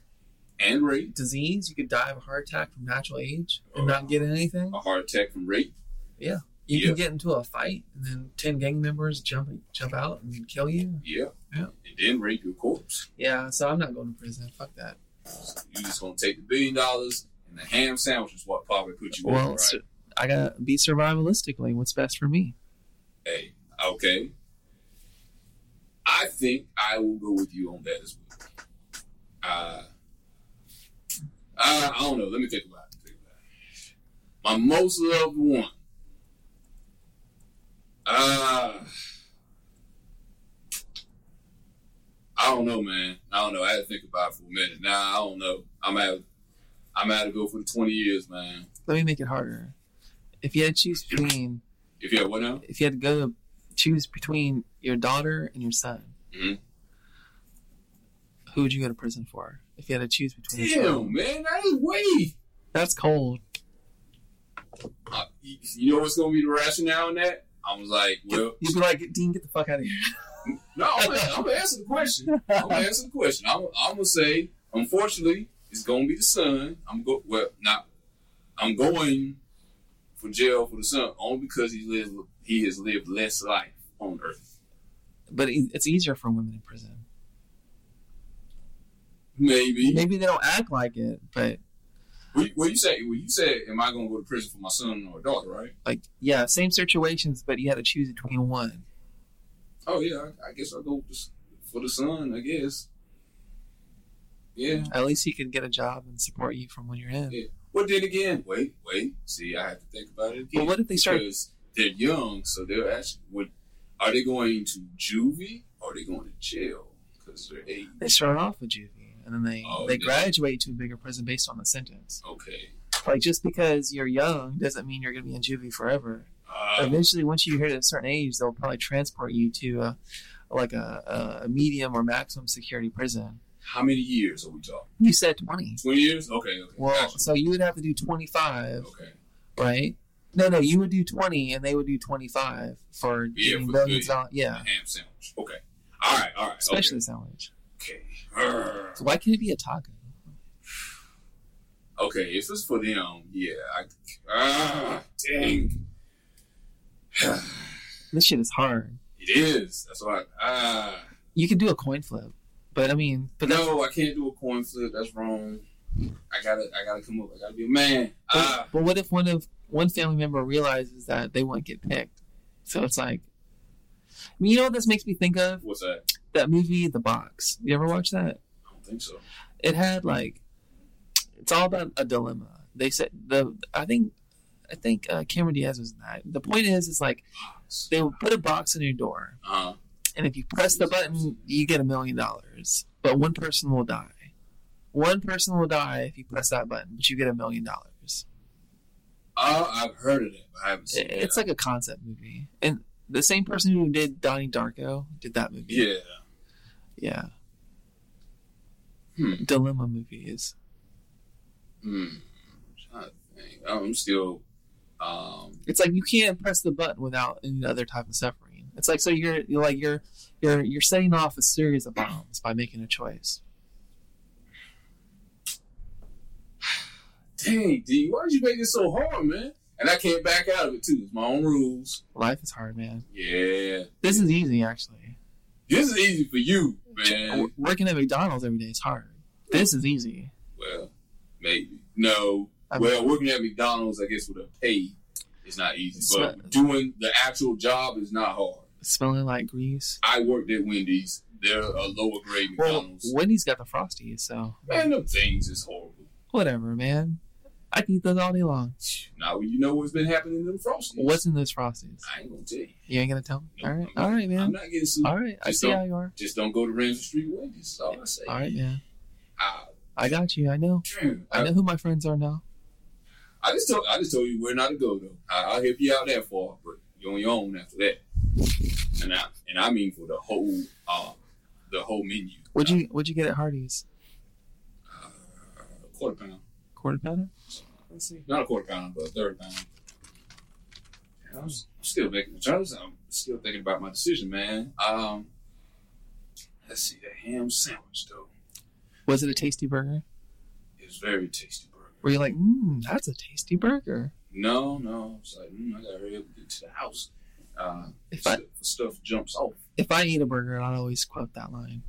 Speaker 2: and rape.
Speaker 3: disease. You could die of a heart attack from natural age and
Speaker 2: Oh.
Speaker 3: not get anything.
Speaker 2: A heart attack from rape.
Speaker 3: You
Speaker 2: yeah.
Speaker 3: can get into a fight and then ten gang members jump jump out and kill you.
Speaker 2: Yeah.
Speaker 3: Yeah.
Speaker 2: And then rape your corpse.
Speaker 3: Yeah, so I'm not going to prison. Fuck that.
Speaker 2: You just gonna take the billion dollars and the ham sandwich is what probably put you
Speaker 3: Well,
Speaker 2: over, right?
Speaker 3: su- I gotta be survivalistically. What's best for me?
Speaker 2: Hey, okay. I think I will go with you on that as well. Uh, I, I don't know. Let me think about it. Think about it. My most loved one. Uh, I don't know, man. I don't know. I had to think about it for a minute. Nah, I don't know. I'm out. I'm out to go for the 20 years, man.
Speaker 3: Let me make it harder. If you had to choose between
Speaker 2: If you have what now?
Speaker 3: if you had to go to choose between your daughter and your son,
Speaker 2: Mhm.
Speaker 3: who would you go to prison for? If you had to choose between the two,
Speaker 2: Damn, man. That is way.
Speaker 3: that's cold.
Speaker 2: Uh, you you know what's gonna be the rationale in that? I was like, well,
Speaker 3: You'd be like, Dean, get the fuck out of here.
Speaker 2: no, I'm gonna, I'm gonna answer the question. I'm gonna answer the question. I'm, I'm gonna say, unfortunately, it's gonna be the son. I'm go well, not. I'm going for jail for the son only because he lives. He has lived less life on earth.
Speaker 3: e, But it- it's easier for women in prison.
Speaker 2: Maybe.
Speaker 3: Maybe they don't act like it, but
Speaker 2: Well, you- well, you say, well, you said, am I going to go to prison for my son or daughter, right?
Speaker 3: like yeah, same situations, but you had to choose between one.
Speaker 2: Oh yeah, I, I guess I'll go with the s- for the son. I guess. Yeah.
Speaker 3: At least he can get a job and support you from when you're in.
Speaker 2: Yeah. Well, then again, wait, wait. See, I have to think about it again.
Speaker 3: But what if they start?
Speaker 2: Because they're young, so they're actually. What, are they going to juvie or are they going to jail? Because they're eight.
Speaker 3: They start off with juvie, and then they
Speaker 2: Oh,
Speaker 3: they
Speaker 2: yeah.
Speaker 3: graduate to a bigger prison based on the sentence.
Speaker 2: Okay.
Speaker 3: Like just because you're young doesn't mean you're going to be in juvie forever.
Speaker 2: Uh,
Speaker 3: Eventually, once you hit a certain age, they'll probably transport you to a, like a, a medium or maximum security prison.
Speaker 2: how many years are we talking?
Speaker 3: You said twenty.
Speaker 2: Twenty years? Okay. Okay.
Speaker 3: Well,
Speaker 2: gotcha.
Speaker 3: so you would have to do twenty five,
Speaker 2: Okay.
Speaker 3: right? No, no, you would do twenty, and they would do twenty five for
Speaker 2: Yeah,
Speaker 3: getting
Speaker 2: for
Speaker 3: billions.
Speaker 2: good.
Speaker 3: of dollars. Yeah,
Speaker 2: Ham sandwich. Okay. All right. All right.
Speaker 3: especially the sandwich.
Speaker 2: Okay. okay.
Speaker 3: So why can't it be a taco?
Speaker 2: Okay, if it's for them, yeah. I, ah, dang.
Speaker 3: This shit is hard.
Speaker 2: It is. That's why. Ah,
Speaker 3: You can do a coin flip, but I mean, but that's,
Speaker 2: no, I can't do a coin flip. That's wrong. I gotta, I gotta come up. I gotta be a man. Ah,
Speaker 3: but, but what if one of one family member realizes that they won't get picked? So it's like, I mean, you know what this makes me think of?
Speaker 2: what's that?
Speaker 3: That movie, The Box. You ever watch that?
Speaker 2: I don't think so.
Speaker 3: it had like it's all about a dilemma. They said the I think I think uh, Cameron Diaz was in that. The point is, is like they would put a box on your door,
Speaker 2: Uh,
Speaker 3: and if you press the button, you get a million dollars. But one person will die. One person will die if you press that button, but you get a million dollars.
Speaker 2: oh, I've heard of that, but I haven't seen
Speaker 3: It-
Speaker 2: it.
Speaker 3: It's like a concept movie, and the same person who did Donnie Darko did that movie.
Speaker 2: yeah.
Speaker 3: yeah.
Speaker 2: Hmm.
Speaker 3: Dilemma movies.
Speaker 2: Hmm. I think Oh, I'm still. Um.
Speaker 3: It's like you can't press the button without any other type of suffering. It's like so you're, you're like you're you're you're setting off a series of bombs by making a choice.
Speaker 2: Dang, D, why did you make it so hard, man? And I can't back out of it too. It's my own rules.
Speaker 3: Life is hard, man.
Speaker 2: Yeah.
Speaker 3: This is easy actually.
Speaker 2: This is easy for you, man.
Speaker 3: W- Working at McDonald's every day is hard. This is easy.
Speaker 2: Well, maybe. No.
Speaker 3: I
Speaker 2: well, working at McDonald's, I guess, with a pay is not easy. But
Speaker 3: Sm-
Speaker 2: doing the actual job is not hard.
Speaker 3: Smelling like grease.
Speaker 2: I worked at Wendy's. They're a lower grade
Speaker 3: Well,
Speaker 2: McDonald's. Eh.
Speaker 3: Wendy's got the frosties, so
Speaker 2: man, them things is horrible.
Speaker 3: whatever, man. I can eat those all day long.
Speaker 2: Now when you know what's been happening to them frosties.
Speaker 3: What's in those frosties?
Speaker 2: I ain't gonna tell you.
Speaker 3: You ain't gonna tell me. All right,
Speaker 2: I'm,
Speaker 3: all right,
Speaker 2: I'm
Speaker 3: man.
Speaker 2: not getting sued.
Speaker 3: All right, I
Speaker 2: Just
Speaker 3: see
Speaker 2: don't-
Speaker 3: how you are.
Speaker 2: Just don't go to Ramsey Street Wendy's. That's all I say.
Speaker 3: All right, man.
Speaker 2: I,
Speaker 3: I got you. I know. I
Speaker 2: I,
Speaker 3: know who my friends are now.
Speaker 2: I just told I just told you where not to go though. I, I'll help you out that far, but you're on your own after that. And I and I mean for the whole uh, the whole menu.
Speaker 3: Would you Would you get at Hardee's?
Speaker 2: A Uh, quarter pound,
Speaker 3: Quarter pounder. Let's see.
Speaker 2: not a quarter pound, but a third pound. And I was still making the choice. I'm still thinking about my decision, man. Um, let's see, the ham sandwich though
Speaker 3: Was it a tasty burger?
Speaker 2: is very tasty burger.
Speaker 3: Were you like, mmm, that's a tasty burger?
Speaker 2: No, no, it's like mm, I gotta hurry up and get to the house. Uh,
Speaker 3: If I
Speaker 2: stuff, stuff jumps off.
Speaker 3: If I eat a burger, I'd always quote that line.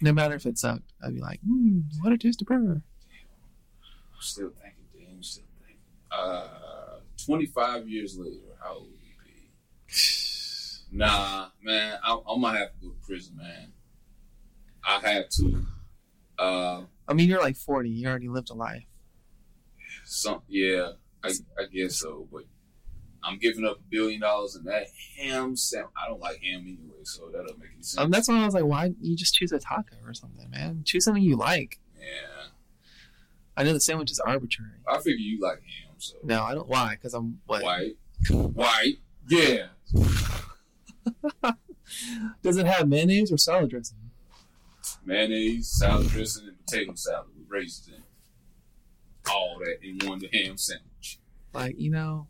Speaker 3: No matter if it sucked, I'd be like, mmm, what a tasty burger.
Speaker 2: I'm still thinking, damn, still thinking. Uh, 25 years later, how old would you be? Nah, man, I, I'm gonna have to go to prison, man. I have to. Uh,
Speaker 3: I mean, you're like 40. You already lived a life.
Speaker 2: some, yeah, I, I guess so, but I'm giving up a billion dollars in that ham sandwich. I don't like ham anyway, so that doesn't make any sense.
Speaker 3: Um, that's why I was like, why don't you just choose a taco or something, man? Choose something you like.
Speaker 2: yeah,
Speaker 3: I know the sandwich is arbitrary.
Speaker 2: I figure you like ham, so
Speaker 3: No, I don't. Why? Because I'm what?
Speaker 2: white, white, yeah.
Speaker 3: Does it have mayonnaise or salad dressing?
Speaker 2: mayonnaise, salad dressing, and potato salad with raisins in it. All that in one ham sandwich.
Speaker 3: Like, you know,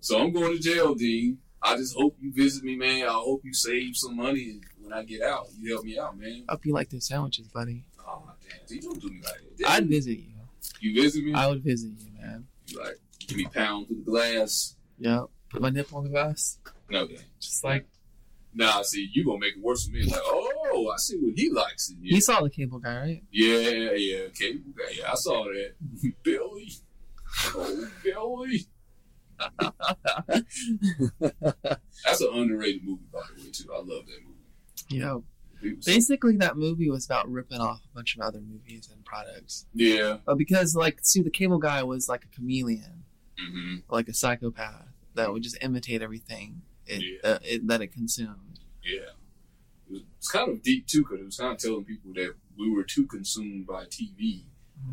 Speaker 2: So I'm going to jail, Dean. I just hope you visit me, man. I hope you save some money and when I get out. You help me out, man.
Speaker 3: up you like those sandwiches, buddy.
Speaker 2: Oh, damn. Dean, don't do me like that. Dean.
Speaker 3: I'd visit you.
Speaker 2: you visit me?
Speaker 3: I would visit you, man.
Speaker 2: you like, give me pound through the glass.
Speaker 3: Yep. Put my nipple on the glass.
Speaker 2: No, Dean.
Speaker 3: Just like
Speaker 2: Nah, see, you gonna make it worse for me. Like, oh, I see what he likes in here.
Speaker 3: You saw the cable guy, right?
Speaker 2: yeah, yeah, cable guy. Yeah, I saw that. Billy, oh Billy. That's an underrated movie, by the way, too. I love that movie.
Speaker 3: You know,
Speaker 2: People say-
Speaker 3: basically that movie was about ripping off a bunch of other movies and products.
Speaker 2: yeah.
Speaker 3: But because, like, see, the cable guy was like a chameleon,
Speaker 2: hmm
Speaker 3: like a psychopath that would just imitate everything it,
Speaker 2: Yeah.
Speaker 3: uh, it, that it consumed.
Speaker 2: Yeah. It was, it's kind of deep too, because it was kind of telling people that we were too consumed by TV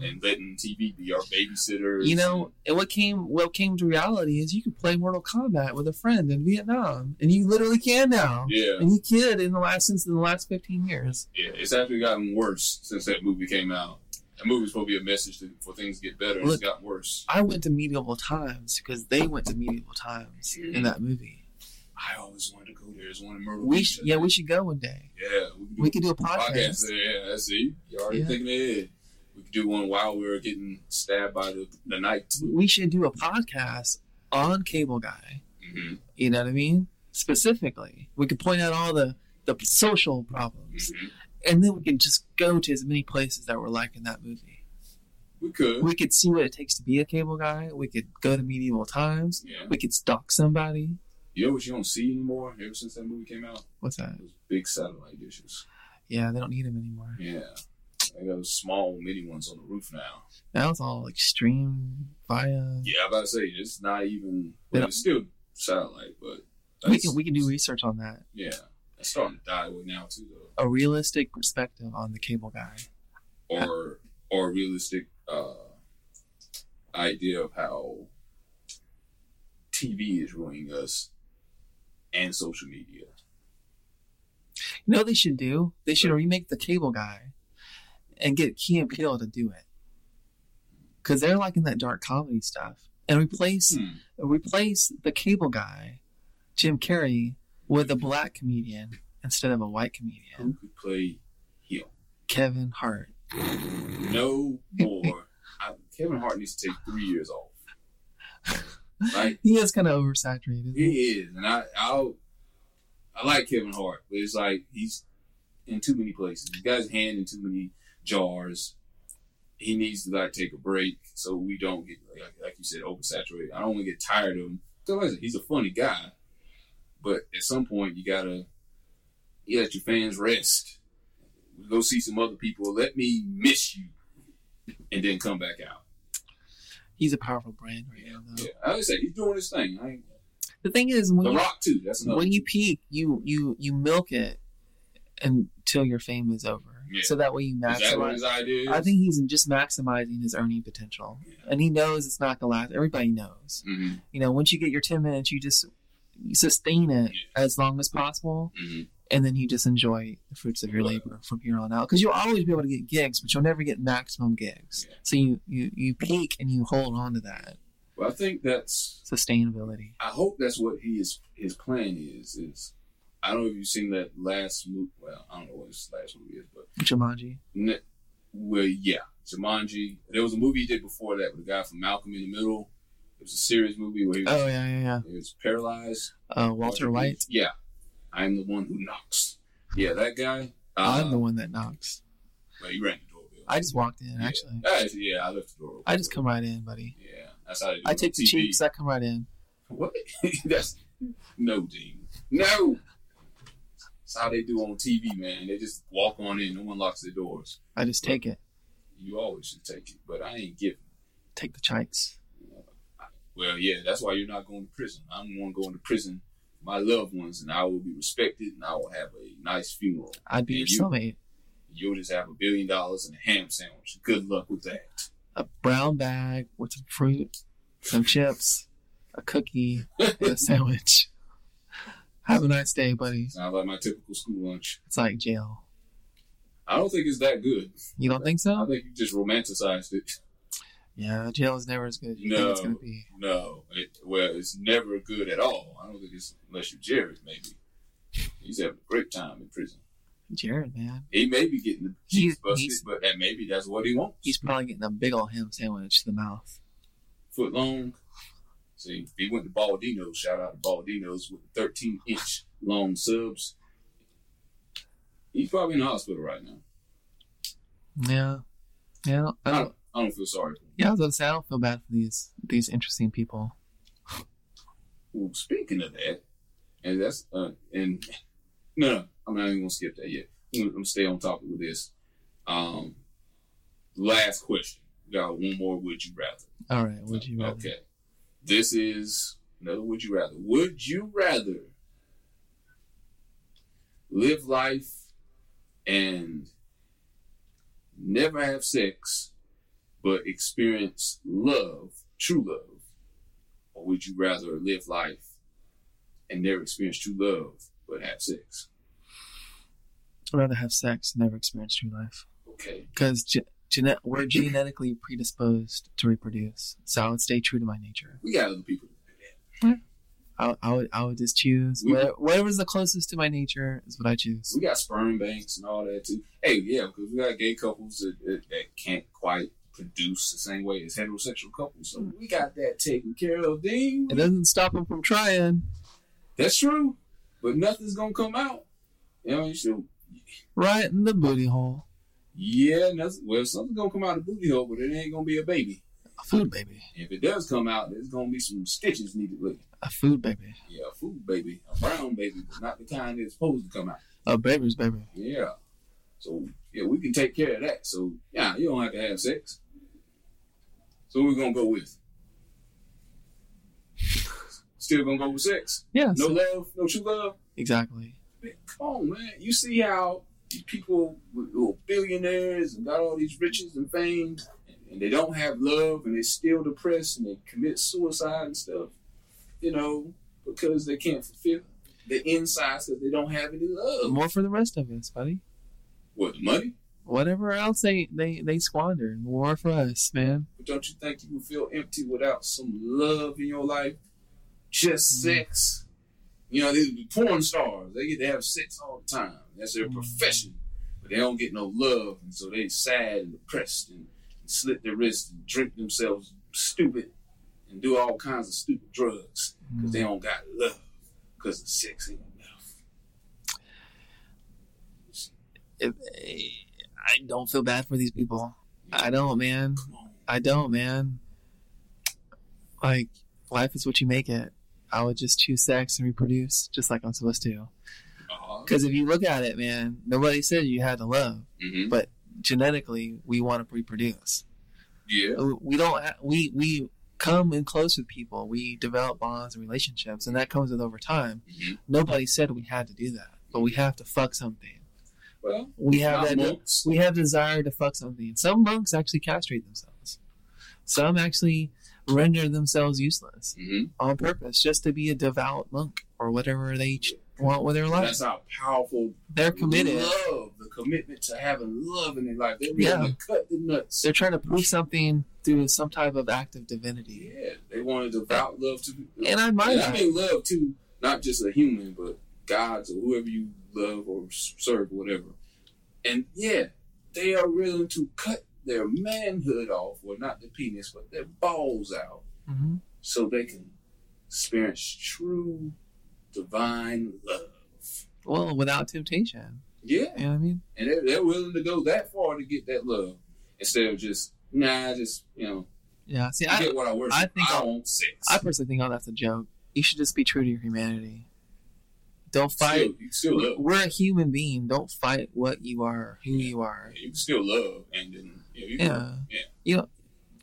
Speaker 2: and letting TV be our babysitters.
Speaker 3: You know, and what came what came to reality is you could play Mortal Kombat with a friend in Vietnam, and you literally can now.
Speaker 2: Yeah,
Speaker 3: And you kid in the last since in the last fifteen years.
Speaker 2: yeah. It's actually gotten worse since that movie came out. That movie's supposed to be a message to, for things to get better, and
Speaker 3: Look.
Speaker 2: it's gotten worse.
Speaker 3: I went to medieval times because they went to medieval times in that movie.
Speaker 2: I always wanted to go there. There's one in Myrtle
Speaker 3: We
Speaker 2: Beach,
Speaker 3: sh-
Speaker 2: I
Speaker 3: yeah,
Speaker 2: think.
Speaker 3: we should go one day.
Speaker 2: yeah. We could do
Speaker 3: We could do a
Speaker 2: a podcast
Speaker 3: podcast.
Speaker 2: there. Yeah, see, you already
Speaker 3: Yeah.
Speaker 2: thinking ahead. We could do one while we were getting stabbed by the, the night.
Speaker 3: We should do a podcast on Cable Guy.
Speaker 2: hmm
Speaker 3: You know what I mean? Specifically, we could point out all the the social problems,
Speaker 2: hmm
Speaker 3: and then we can just go to as many places that were like in that movie.
Speaker 2: We could.
Speaker 3: we could see what it takes to be a cable guy. We could go to medieval times.
Speaker 2: yeah.
Speaker 3: We could stalk somebody.
Speaker 2: You know what you don't see anymore ever since that movie came out?
Speaker 3: What's that?
Speaker 2: Those big satellite dishes.
Speaker 3: Yeah, they don't need him anymore.
Speaker 2: Yeah. They got those small mini ones on the roof now.
Speaker 3: Now it's all like stream via.
Speaker 2: Yeah, I about to say it's not even
Speaker 3: They
Speaker 2: well,
Speaker 3: don't-
Speaker 2: it's still satellite,
Speaker 3: we
Speaker 2: but that's-
Speaker 3: can we can do research on that.
Speaker 2: Yeah. That's starting to die away now too though.
Speaker 3: A realistic perspective on the cable guy.
Speaker 2: Or or a realistic uh idea of how TV is ruining us and social media.
Speaker 3: You know what they should do? They should remake the cable guy, and get Key and Peele to do it. Cause they're liking that dark comedy stuff, and replace
Speaker 2: Hmm.
Speaker 3: replace the cable guy, Jim Carrey, with a black comedian instead of a white
Speaker 2: Who
Speaker 3: comedian,
Speaker 2: could play him?
Speaker 3: Kevin Hart.
Speaker 2: No more. I, Kevin Hart needs to take three years off. Like
Speaker 3: He is kind of oversaturated. isn't
Speaker 2: he
Speaker 3: he?
Speaker 2: is, and I I'll, I like Kevin Hart, but it's like he's in too many places. He's got his hand in too many jars. He needs to like take a break so we don't get like, like you said oversaturated. I don't want to get tired of him. So like I said, he's a funny guy, but at some point you gotta you let your fans rest. Go see some other people. Let me miss you, and then come back out.
Speaker 3: He's a powerful brand right
Speaker 2: Yeah,
Speaker 3: now. Though.
Speaker 2: yeah. I always say he's doing his thing. I ain't,
Speaker 3: The thing is, Uh-huh. when
Speaker 2: the
Speaker 3: you,
Speaker 2: Rock too. That's another.
Speaker 3: when you peak, you you you milk it until your fame is over.
Speaker 2: Yeah.
Speaker 3: So that way you
Speaker 2: Is that what
Speaker 3: maximize.
Speaker 2: his idea is?
Speaker 3: I think he's just maximizing his earning potential,
Speaker 2: Yeah.
Speaker 3: and he knows it's not gonna last. Everybody knows.
Speaker 2: Mhm,
Speaker 3: You know, once you get your ten minutes, you just you sustain it
Speaker 2: Yeah.
Speaker 3: as long as possible,
Speaker 2: mhm.
Speaker 3: and then you just enjoy the fruits of your
Speaker 2: Right.
Speaker 3: labor from here on out. Because you'll always be able to get gigs, but you'll never get maximum gigs.
Speaker 2: Yeah.
Speaker 3: So you you you peak and you hold on to that
Speaker 2: Well, I think that's.
Speaker 3: sustainability.
Speaker 2: I hope that's what he is. His plan is is. I don't know if you've seen that last movie. Well, I don't know what his last movie is, but
Speaker 3: Jumanji.
Speaker 2: ne- well, yeah, Jumanji. There was a movie he did before that with a guy from Malcolm in the Middle. It was a serious movie where he was,
Speaker 3: Oh yeah, yeah, yeah.
Speaker 2: he was paralyzed.
Speaker 3: Uh, Walter White.
Speaker 2: Yeah, I am the one who knocks. Yeah, that guy. Uh,
Speaker 3: I'm the one that knocks.
Speaker 2: Well, you rang the doorbell.
Speaker 3: I just walked in
Speaker 2: Yeah.
Speaker 3: actually.
Speaker 2: Uh, yeah, I left the door. open.
Speaker 3: I just come right in, buddy.
Speaker 2: Yeah, that's how they do it
Speaker 3: I
Speaker 2: on
Speaker 3: take the
Speaker 2: TV.
Speaker 3: cheeks. I come right in.
Speaker 2: What? That's no, Dean. No. That's how they do on TV, man. They just walk on in. No one locks their doors.
Speaker 3: I just take it.
Speaker 2: You always should take it, but I ain't giving.
Speaker 3: Take the chikes.
Speaker 2: Well, yeah, that's why you're not going to prison. I'm going to go into prison. for My loved ones, and I will be respected, and I will have a nice funeral.
Speaker 3: I'd be
Speaker 2: And
Speaker 3: your
Speaker 2: you-
Speaker 3: soulmate.
Speaker 2: You'll just have a billion dollars and a ham sandwich. Good luck with that.
Speaker 3: A brown bag with some fruit, some chips, a cookie, and a sandwich. Have a nice day, buddy.
Speaker 2: Sounds like my typical school lunch.
Speaker 3: It's like jail.
Speaker 2: I don't think it's that good.
Speaker 3: You don't think
Speaker 2: I
Speaker 3: so?
Speaker 2: think you just romanticized it.
Speaker 3: Yeah, jail is never as good as you think it's
Speaker 2: No.
Speaker 3: gonna be.
Speaker 2: No, it, well, it's never good at all. I don't think it's unless you're Jared, maybe. He's having a great time in prison.
Speaker 3: Jared, man,
Speaker 2: He may be getting the cheeks
Speaker 3: He's-
Speaker 2: busted,
Speaker 3: he's-
Speaker 2: but that maybe that's what he wants.
Speaker 3: he's probably getting a big ol' ham sandwich to the mouth.
Speaker 2: Foot long. See, he went to Baldino's. Shout out to Baldino's with a 13 inch long subs. He's probably in the hospital right now.
Speaker 3: Yeah. Yeah. I
Speaker 2: I
Speaker 3: don't,
Speaker 2: don't, I don't feel sorry for him.
Speaker 3: yeah, I was gonna say I don't feel bad for these these interesting people.
Speaker 2: Well, speaking of that, and that's uh, and no, no, I'm not even gonna skip that yet. I'm gonna, I'm gonna stay on topic with this. Um, last question. We got one more. Would you rather?
Speaker 3: All right, would you rather?
Speaker 2: Okay. This is another would you rather. Would you rather live life and never have sex but experience love, true love? Or would you rather live life and never experience true love but have sex?
Speaker 3: I'd rather have sex and never experience true life
Speaker 2: Okay.
Speaker 3: because genet- we're genetically predisposed to reproduce. So I would stay true to my nature.
Speaker 2: We got other people.
Speaker 3: I, I would I would just choose
Speaker 2: We-
Speaker 3: whatever, whatever's the closest to my nature is what I choose.
Speaker 2: We got sperm banks and all that too. Hey, yeah, because we got gay couples that, that, that can't quite produce the same way as heterosexual couples. So we got that taken care of, Dean.
Speaker 3: It doesn't stop them from trying,
Speaker 2: That's true, but nothing's gonna come out. You know, you should,
Speaker 3: right in the booty hole.
Speaker 2: yeah, nothing. Well, something's gonna come out of the booty hole, but it ain't gonna be a baby.
Speaker 3: A food baby,
Speaker 2: If it does come out, there's gonna be some stitches needed with it.
Speaker 3: a food baby,
Speaker 2: Yeah, a food baby, a brown baby, but not the kind that's supposed to come out.
Speaker 3: a baby's baby.
Speaker 2: Yeah. So yeah, we can take care of that. So yeah, you don't have to have sex. So we're gonna go with. Still gonna go with sex.
Speaker 3: Yeah,
Speaker 2: No
Speaker 3: so-
Speaker 2: love, no true love.
Speaker 3: exactly.
Speaker 2: Man, come on, man. You see how these people who who are billionaires and got all these riches and fame, and, and they don't have love, and they're still depressed, and they commit suicide and stuff. You know, because they can't fulfill the insides because they don't have any love.
Speaker 3: More for the rest of us, buddy.
Speaker 2: What the money?
Speaker 3: Whatever else they they they squander, more for us, man.
Speaker 2: But don't you think you would feel empty without some love in your life? Just
Speaker 3: Mm-hmm.
Speaker 2: sex. You know, these porn stars, they get to have sex all the time. That's their
Speaker 3: Mm-hmm.
Speaker 2: profession. But they don't get no love, and so they sad and depressed and, and slit their wrists and drink themselves stupid and do all kinds of stupid drugs because
Speaker 3: Mm-hmm.
Speaker 2: they don't got love because the sex ain't enough.
Speaker 3: If, I don't feel bad for these people. I don't, man.
Speaker 2: Come on.
Speaker 3: I don't, man. Like, life is what you make it. I would just choose sex and reproduce just like I'm supposed to.
Speaker 2: Uh-huh.
Speaker 3: Because if you look at it, man, nobody said you had to love.
Speaker 2: hmm
Speaker 3: Genetically, we want to reproduce.
Speaker 2: Yeah.
Speaker 3: We don't. Ha- we we come in close with people. We develop bonds and relationships, and that comes with over time.
Speaker 2: Mhm.
Speaker 3: Nobody said we had to do that, but we have to fuck something.
Speaker 2: Well,
Speaker 3: We have
Speaker 2: not
Speaker 3: that.
Speaker 2: monks.
Speaker 3: we have desire to fuck something. Some monks actually castrate themselves. Some actually render themselves useless
Speaker 2: Mhm.
Speaker 3: on purpose just to be a devout monk or whatever they ch- want with their life.
Speaker 2: Mm-hmm. That's how powerful
Speaker 3: They're committed.
Speaker 2: Love, the commitment to having love in their life. They're willing
Speaker 3: Yeah.
Speaker 2: to cut the nuts.
Speaker 3: They're trying to prove something through some type of act of divinity.
Speaker 2: Yeah, they want to devout love to.
Speaker 3: And I admire
Speaker 2: And I
Speaker 3: that.
Speaker 2: mean love to not just a human, but gods or whoever you love or serve, whatever. And yeah, they are willing to cut their manhood off, or not the penis, but their balls out,
Speaker 3: hmm
Speaker 2: so they can experience true divine love.
Speaker 3: Well, without temptation.
Speaker 2: Yeah.
Speaker 3: You know what I mean?
Speaker 2: and they're, they're willing to go that far to get that love instead of just nah, just you know,
Speaker 3: Yeah. See,
Speaker 2: I,
Speaker 3: I,
Speaker 2: get what I worship.
Speaker 3: I
Speaker 2: I,
Speaker 3: think
Speaker 2: think I
Speaker 3: I'll-
Speaker 2: want sex.
Speaker 3: I personally think all that's a joke. You should just be true to your humanity. Don't
Speaker 2: still,
Speaker 3: fight.
Speaker 2: you can still love.
Speaker 3: We're a human being. Don't fight what you are, who you are.
Speaker 2: You can still love, and then yeah, you
Speaker 3: Yeah.
Speaker 2: Yeah.
Speaker 3: You know,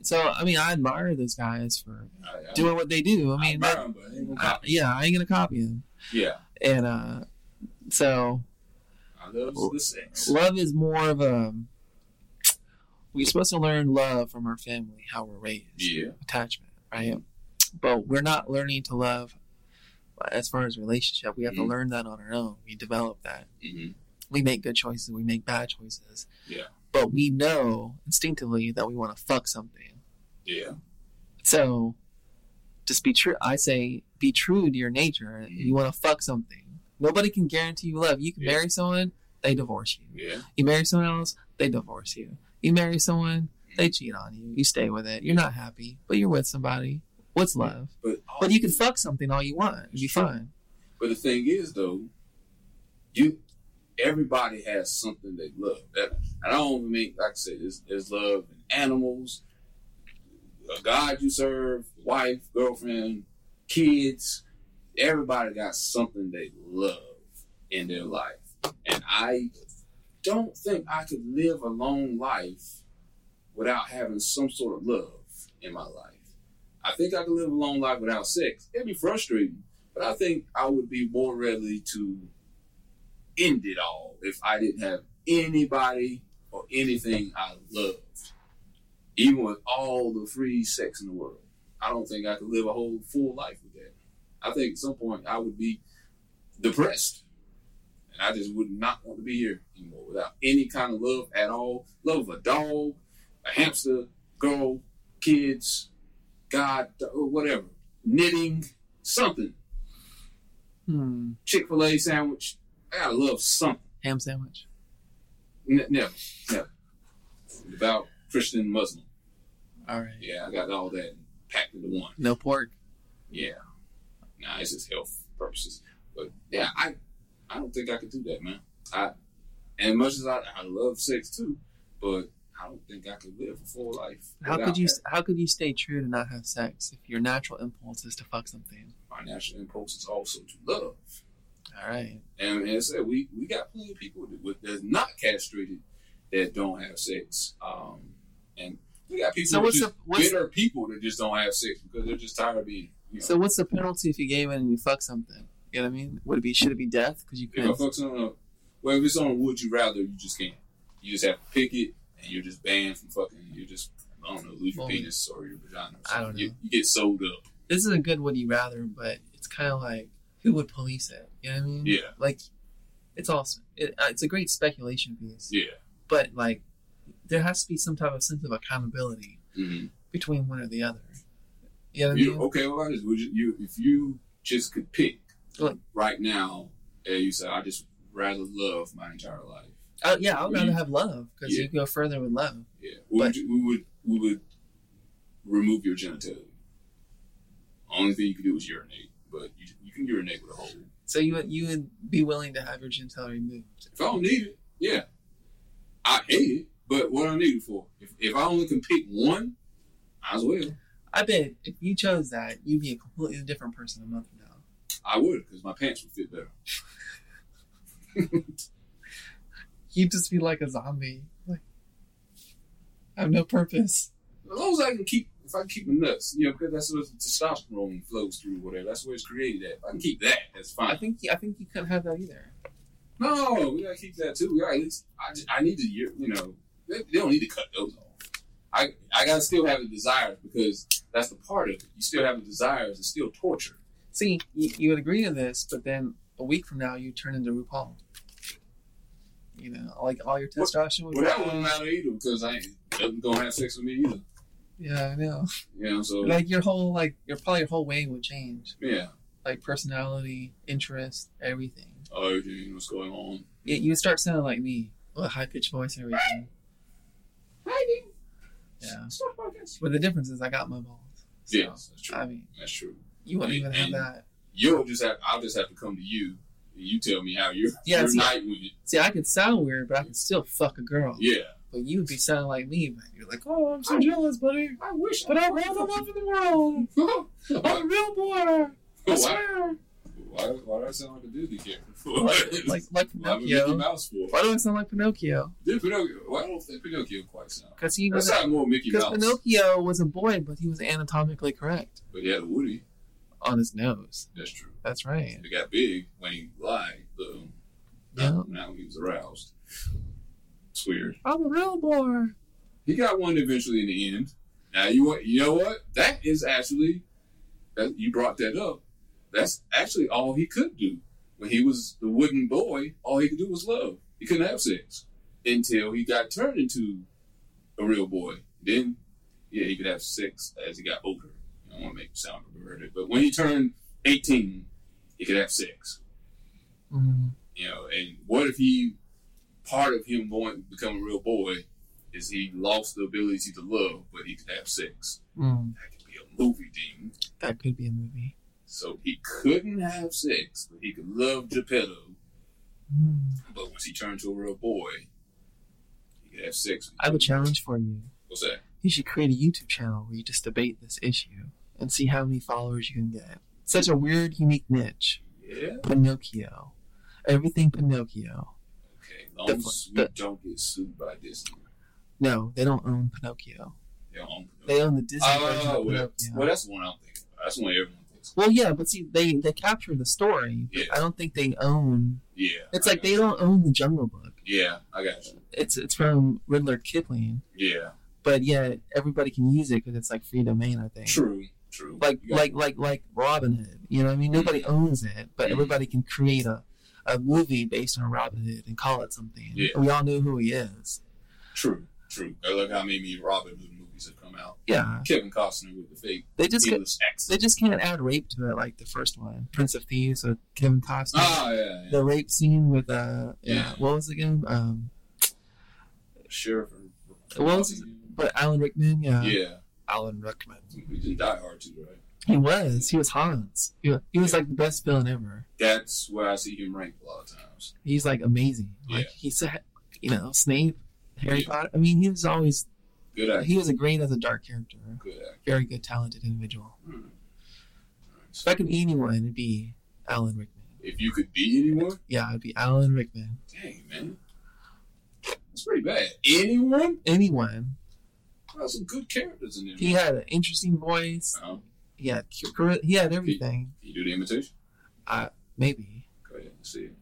Speaker 3: so I mean, I admire those guys for
Speaker 2: Can, I, I,
Speaker 3: doing what they do. I
Speaker 2: I
Speaker 3: mean,
Speaker 2: admire
Speaker 3: that-
Speaker 2: 'em, but I ain't gonna
Speaker 3: I-
Speaker 2: copy.
Speaker 3: yeah, I ain't gonna copy him.
Speaker 2: yeah,
Speaker 3: And uh, so
Speaker 2: I love the sex.
Speaker 3: love is more of a. We're supposed to learn love from our family, how we're raised,
Speaker 2: Yeah,
Speaker 3: attachment, right?
Speaker 2: Mm-hmm.
Speaker 3: But we're not learning to love uh, as far as relationship. We have to
Speaker 2: Mhm.
Speaker 3: learn that on our own. We develop that.
Speaker 2: hmm
Speaker 3: we make good choices, we make bad choices.
Speaker 2: Yeah.
Speaker 3: But we know instinctively that we want to fuck something.
Speaker 2: yeah,
Speaker 3: So just be true. I say be true to your nature.
Speaker 2: Mhm.
Speaker 3: You want to fuck something. Nobody can guarantee you love. You can
Speaker 2: Yeah.
Speaker 3: marry someone, they divorce you.
Speaker 2: yeah.
Speaker 3: You marry someone else, they divorce you. You marry someone, they cheat on you. You stay with it. You're not happy, but you're with somebody. What's love?
Speaker 2: But
Speaker 3: But you can fuck something all you want. It'd be fun.
Speaker 2: But the thing is, though, you everybody has something they love. That, and I don't mean like I said, there's, there's love in animals, a God you serve, wife, girlfriend, kids. Everybody got something they love in their life, and I don't think I could live a long life without having some sort of love in my life. I think I could live a long life without sex. It'd be frustrating, but I think I would be more ready to end it all if I didn't have anybody or anything I loved, even with all the free sex in the world. I don't think I could live a whole full life with that. I think at some point I would be depressed. And I just would not want to be here anymore without any kind of love at all. Love of a dog, a hamster, girl, kids, God, whatever, knitting, something.
Speaker 3: Hmm.
Speaker 2: Chick Fil A sandwich. I gotta love something.
Speaker 3: Ham sandwich.
Speaker 2: N- never, never. About Christian Muslim.
Speaker 3: All right.
Speaker 2: Yeah, I got all that packed into one.
Speaker 3: No pork.
Speaker 2: Yeah. Nah, it's just health purposes. But yeah, I I don't think I could do that, man. I and much as I, I love sex too, but I don't think I could live a full life.
Speaker 3: How
Speaker 2: without
Speaker 3: could you?
Speaker 2: that.
Speaker 3: How could you stay true to not have sex if your natural impulse is to fuck something?
Speaker 2: My natural impulse is also to love.
Speaker 3: All right.
Speaker 2: And as I said, we, we got plenty of people that, with- that's not castrated that don't have sex. Um, and we got people
Speaker 3: So
Speaker 2: that
Speaker 3: what's
Speaker 2: just,
Speaker 3: the- what's-
Speaker 2: bitter people that just don't have sex because they're just tired of being. You know,
Speaker 3: So what's the penalty if you gave in and you fuck something? You know what I mean? Would it be should it be death? Because you
Speaker 2: if I
Speaker 3: couldn't.
Speaker 2: fuck someone up, well, if it's on Would You Rather, you just can't. You just have to pick it, and you're just banned from fucking. You're just I don't know, lose your
Speaker 3: Well,
Speaker 2: penis or your vagina. Or
Speaker 3: I don't
Speaker 2: something. You,
Speaker 3: know.
Speaker 2: you get sold up.
Speaker 3: This is a good would you rather, but it's kind of like who would police it? You know what I mean?
Speaker 2: Yeah.
Speaker 3: Like, it's awesome. It, uh, it's a great speculation piece,
Speaker 2: Yeah.
Speaker 3: but like, there has to be some type of sense of accountability
Speaker 2: Mm-hmm.
Speaker 3: between one or the other. You know what I
Speaker 2: You,
Speaker 3: mean?
Speaker 2: okay, well, I just, would you, you if you just could pick
Speaker 3: Look.
Speaker 2: right now, and you say, I just rather love my entire life.
Speaker 3: Oh, yeah, I would
Speaker 2: Would
Speaker 3: rather
Speaker 2: you-
Speaker 3: have love because
Speaker 2: Yeah.
Speaker 3: you go further with love.
Speaker 2: Yeah, we
Speaker 3: But-
Speaker 2: would, we would we would remove your genitalia. Only thing you could do is urinate, but you, you can urinate with a hole.
Speaker 3: So you would you would be willing to have your genitalia removed?
Speaker 2: If I don't need it, yeah, I hate it. But what I need it for? If, if I only can pick one, I as well.
Speaker 3: I bet if you chose that, you'd be a completely different person a month from now.
Speaker 2: I would because my pants would fit better.
Speaker 3: You'd just be like a zombie. Like, I have no purpose.
Speaker 2: As long as I can keep, if I can keep my nuts, you know, because that's what the testosterone flows through, whatever. That's where it's created at. If I can keep that, that's fine.
Speaker 3: I think I think you couldn't have that either.
Speaker 2: No, we gotta keep that too. We gotta, at least- I, ju- I need to, you you know, they, they don't need to cut those off. I, I gotta still have a desire because that's the part of it. You still have a desire, it's still torture.
Speaker 3: See, you, you would agree to this, but then a week from now, you turn into RuPaul. You know, like all your
Speaker 2: What-
Speaker 3: testosterone would
Speaker 2: Well, that wouldn't matter either because I ain't nothing gonna have sex with me either.
Speaker 3: Yeah, I know.
Speaker 2: You know, so
Speaker 3: Like your whole like your probably your whole way would change.
Speaker 2: yeah.
Speaker 3: Like personality, interest, everything.
Speaker 2: Oh, everything was going on.
Speaker 3: Yeah, you start sounding like me with a high pitched voice and everything.
Speaker 2: Hey,
Speaker 3: Yeah.
Speaker 2: stop podcast.
Speaker 3: But the difference is I got my balls. So,
Speaker 2: Yes, that's true.
Speaker 3: I mean,
Speaker 2: That's true.
Speaker 3: you wouldn't even have
Speaker 2: And-
Speaker 3: that.
Speaker 2: You'll just have. I'll just have to come to you. and You tell me how your
Speaker 3: Yeah,
Speaker 2: your
Speaker 3: see-
Speaker 2: night went.
Speaker 3: See, I could sound weird, but I could still fuck a girl.
Speaker 2: Yeah,
Speaker 3: But you'd be sounding like me, but you're like, oh, I'm so jealous, buddy.
Speaker 2: I wish.
Speaker 3: But I'm all the love in the world. I'm a real boy. I
Speaker 2: why,
Speaker 3: swear.
Speaker 2: why, why do I sound like a Disney character?
Speaker 3: Like, like, like
Speaker 2: I'm a Mickey
Speaker 3: Pinocchio.
Speaker 2: Mouse for.
Speaker 3: Why do I sound like Pinocchio?
Speaker 2: Did Pinocchio? Why don't think Pinocchio quite sound?
Speaker 3: Because he
Speaker 2: That
Speaker 3: was.
Speaker 2: sound more Mickey
Speaker 3: Because
Speaker 2: Mouse,
Speaker 3: Pinocchio was a boy, but he was anatomically correct
Speaker 2: but he had a Woody.
Speaker 3: on his nose.
Speaker 2: That's true.
Speaker 3: That's right.
Speaker 2: It got big when he lied, though.
Speaker 3: Yeah.
Speaker 2: Not, not when um, he was aroused. It's weird.
Speaker 3: I'm a real boy.
Speaker 2: He got one eventually in the end. Now you want you know what? That is actually that you brought that up. That's actually all he could do when he was the wooden boy. All he could do was love. He couldn't have sex until he got turned into a real boy. Then yeah, he could have sex as he got older. I don't want to make him sound perverted, but when he turned eighteen, he could have sex.
Speaker 3: Mm.
Speaker 2: You know, and what if he part of him going to become a real boy is he lost the ability to love, but he could have sex.
Speaker 3: Mm.
Speaker 2: That could be a movie thing.
Speaker 3: That could be a movie.
Speaker 2: So he couldn't have sex, but he could love Geppetto.
Speaker 3: Mm-hmm.
Speaker 2: But once he turned to a real boy, he could have sex. With
Speaker 3: I have a challenge for you.
Speaker 2: What's that?
Speaker 3: You should create a YouTube channel where you just debate this issue and see how many followers you can get. Such a weird, unique niche.
Speaker 2: Yeah.
Speaker 3: Pinocchio. Everything Pinocchio.
Speaker 2: Okay. Long
Speaker 3: The-
Speaker 2: as we
Speaker 3: the-
Speaker 2: don't get sued by Disney.
Speaker 3: No, they don't own Pinocchio.
Speaker 2: They don't own Pinocchio.
Speaker 3: They own the Disney version
Speaker 2: Oh,
Speaker 3: of
Speaker 2: well,
Speaker 3: Pinocchio.
Speaker 2: well, that's the one I'm thinking. About. That's the one everyone thinks.
Speaker 3: Well, yeah, but see, they they capture the story. But
Speaker 2: Yeah.
Speaker 3: I don't think they own.
Speaker 2: Yeah.
Speaker 3: It's
Speaker 2: I
Speaker 3: like
Speaker 2: got
Speaker 3: they don't own the Jungle Book.
Speaker 2: you. Yeah, I got you.
Speaker 3: It's it's from Riddler Kipling,
Speaker 2: Yeah.
Speaker 3: but yet everybody can use it because it's like free domain. I think.
Speaker 2: True. True.
Speaker 3: Like
Speaker 2: You got-
Speaker 3: like like like Robin Hood. You know, what I mean,
Speaker 2: Mm.
Speaker 3: nobody owns it, but
Speaker 2: Mhm.
Speaker 3: everybody can create a. A movie based on Robin Hood and call it something.
Speaker 2: Yeah.
Speaker 3: We all know who he is.
Speaker 2: True. True. I look how many Robin Hood movies have come out.
Speaker 3: Yeah,
Speaker 2: Kevin Costner with the fake
Speaker 3: they just ca-
Speaker 2: English
Speaker 3: they
Speaker 2: accent.
Speaker 3: just can't add rape to it like the first one, Prince of Thieves with Kevin Costner.
Speaker 2: Ah, yeah, yeah.
Speaker 3: The rape scene with uh,
Speaker 2: Yeah.
Speaker 3: yeah. what was it again? Um,
Speaker 2: Sheriff.
Speaker 3: What was his- But Alan Rickman, yeah.
Speaker 2: Yeah.
Speaker 3: Alan Rickman.
Speaker 2: We did Die Hard too, right?
Speaker 3: He was. He was Hans. He was, he was
Speaker 2: Yeah.
Speaker 3: like the best villain ever.
Speaker 2: That's where I see him ranked a lot of times.
Speaker 3: He's like amazing. Like
Speaker 2: Yeah.
Speaker 3: he's, a, you know, Snape, Harry
Speaker 2: Yeah.
Speaker 3: Potter. I mean, he was always.
Speaker 2: Good actor.
Speaker 3: He was a great as a dark character.
Speaker 2: Good actor.
Speaker 3: Very good, talented individual.
Speaker 2: Hmm.
Speaker 3: If I could be anyone, it'd be Alan Rickman.
Speaker 2: If you could be anyone,
Speaker 3: Yeah, it'd be Alan Rickman.
Speaker 2: dang man, that's pretty bad. Anyone?
Speaker 3: Anyone.
Speaker 2: That's some good characters in there.
Speaker 3: He had an interesting voice.
Speaker 2: Uh-huh.
Speaker 3: He had cu- chari- he had everything.
Speaker 2: Can you do the imitation?
Speaker 3: Maybe.
Speaker 2: Go ahead and see it.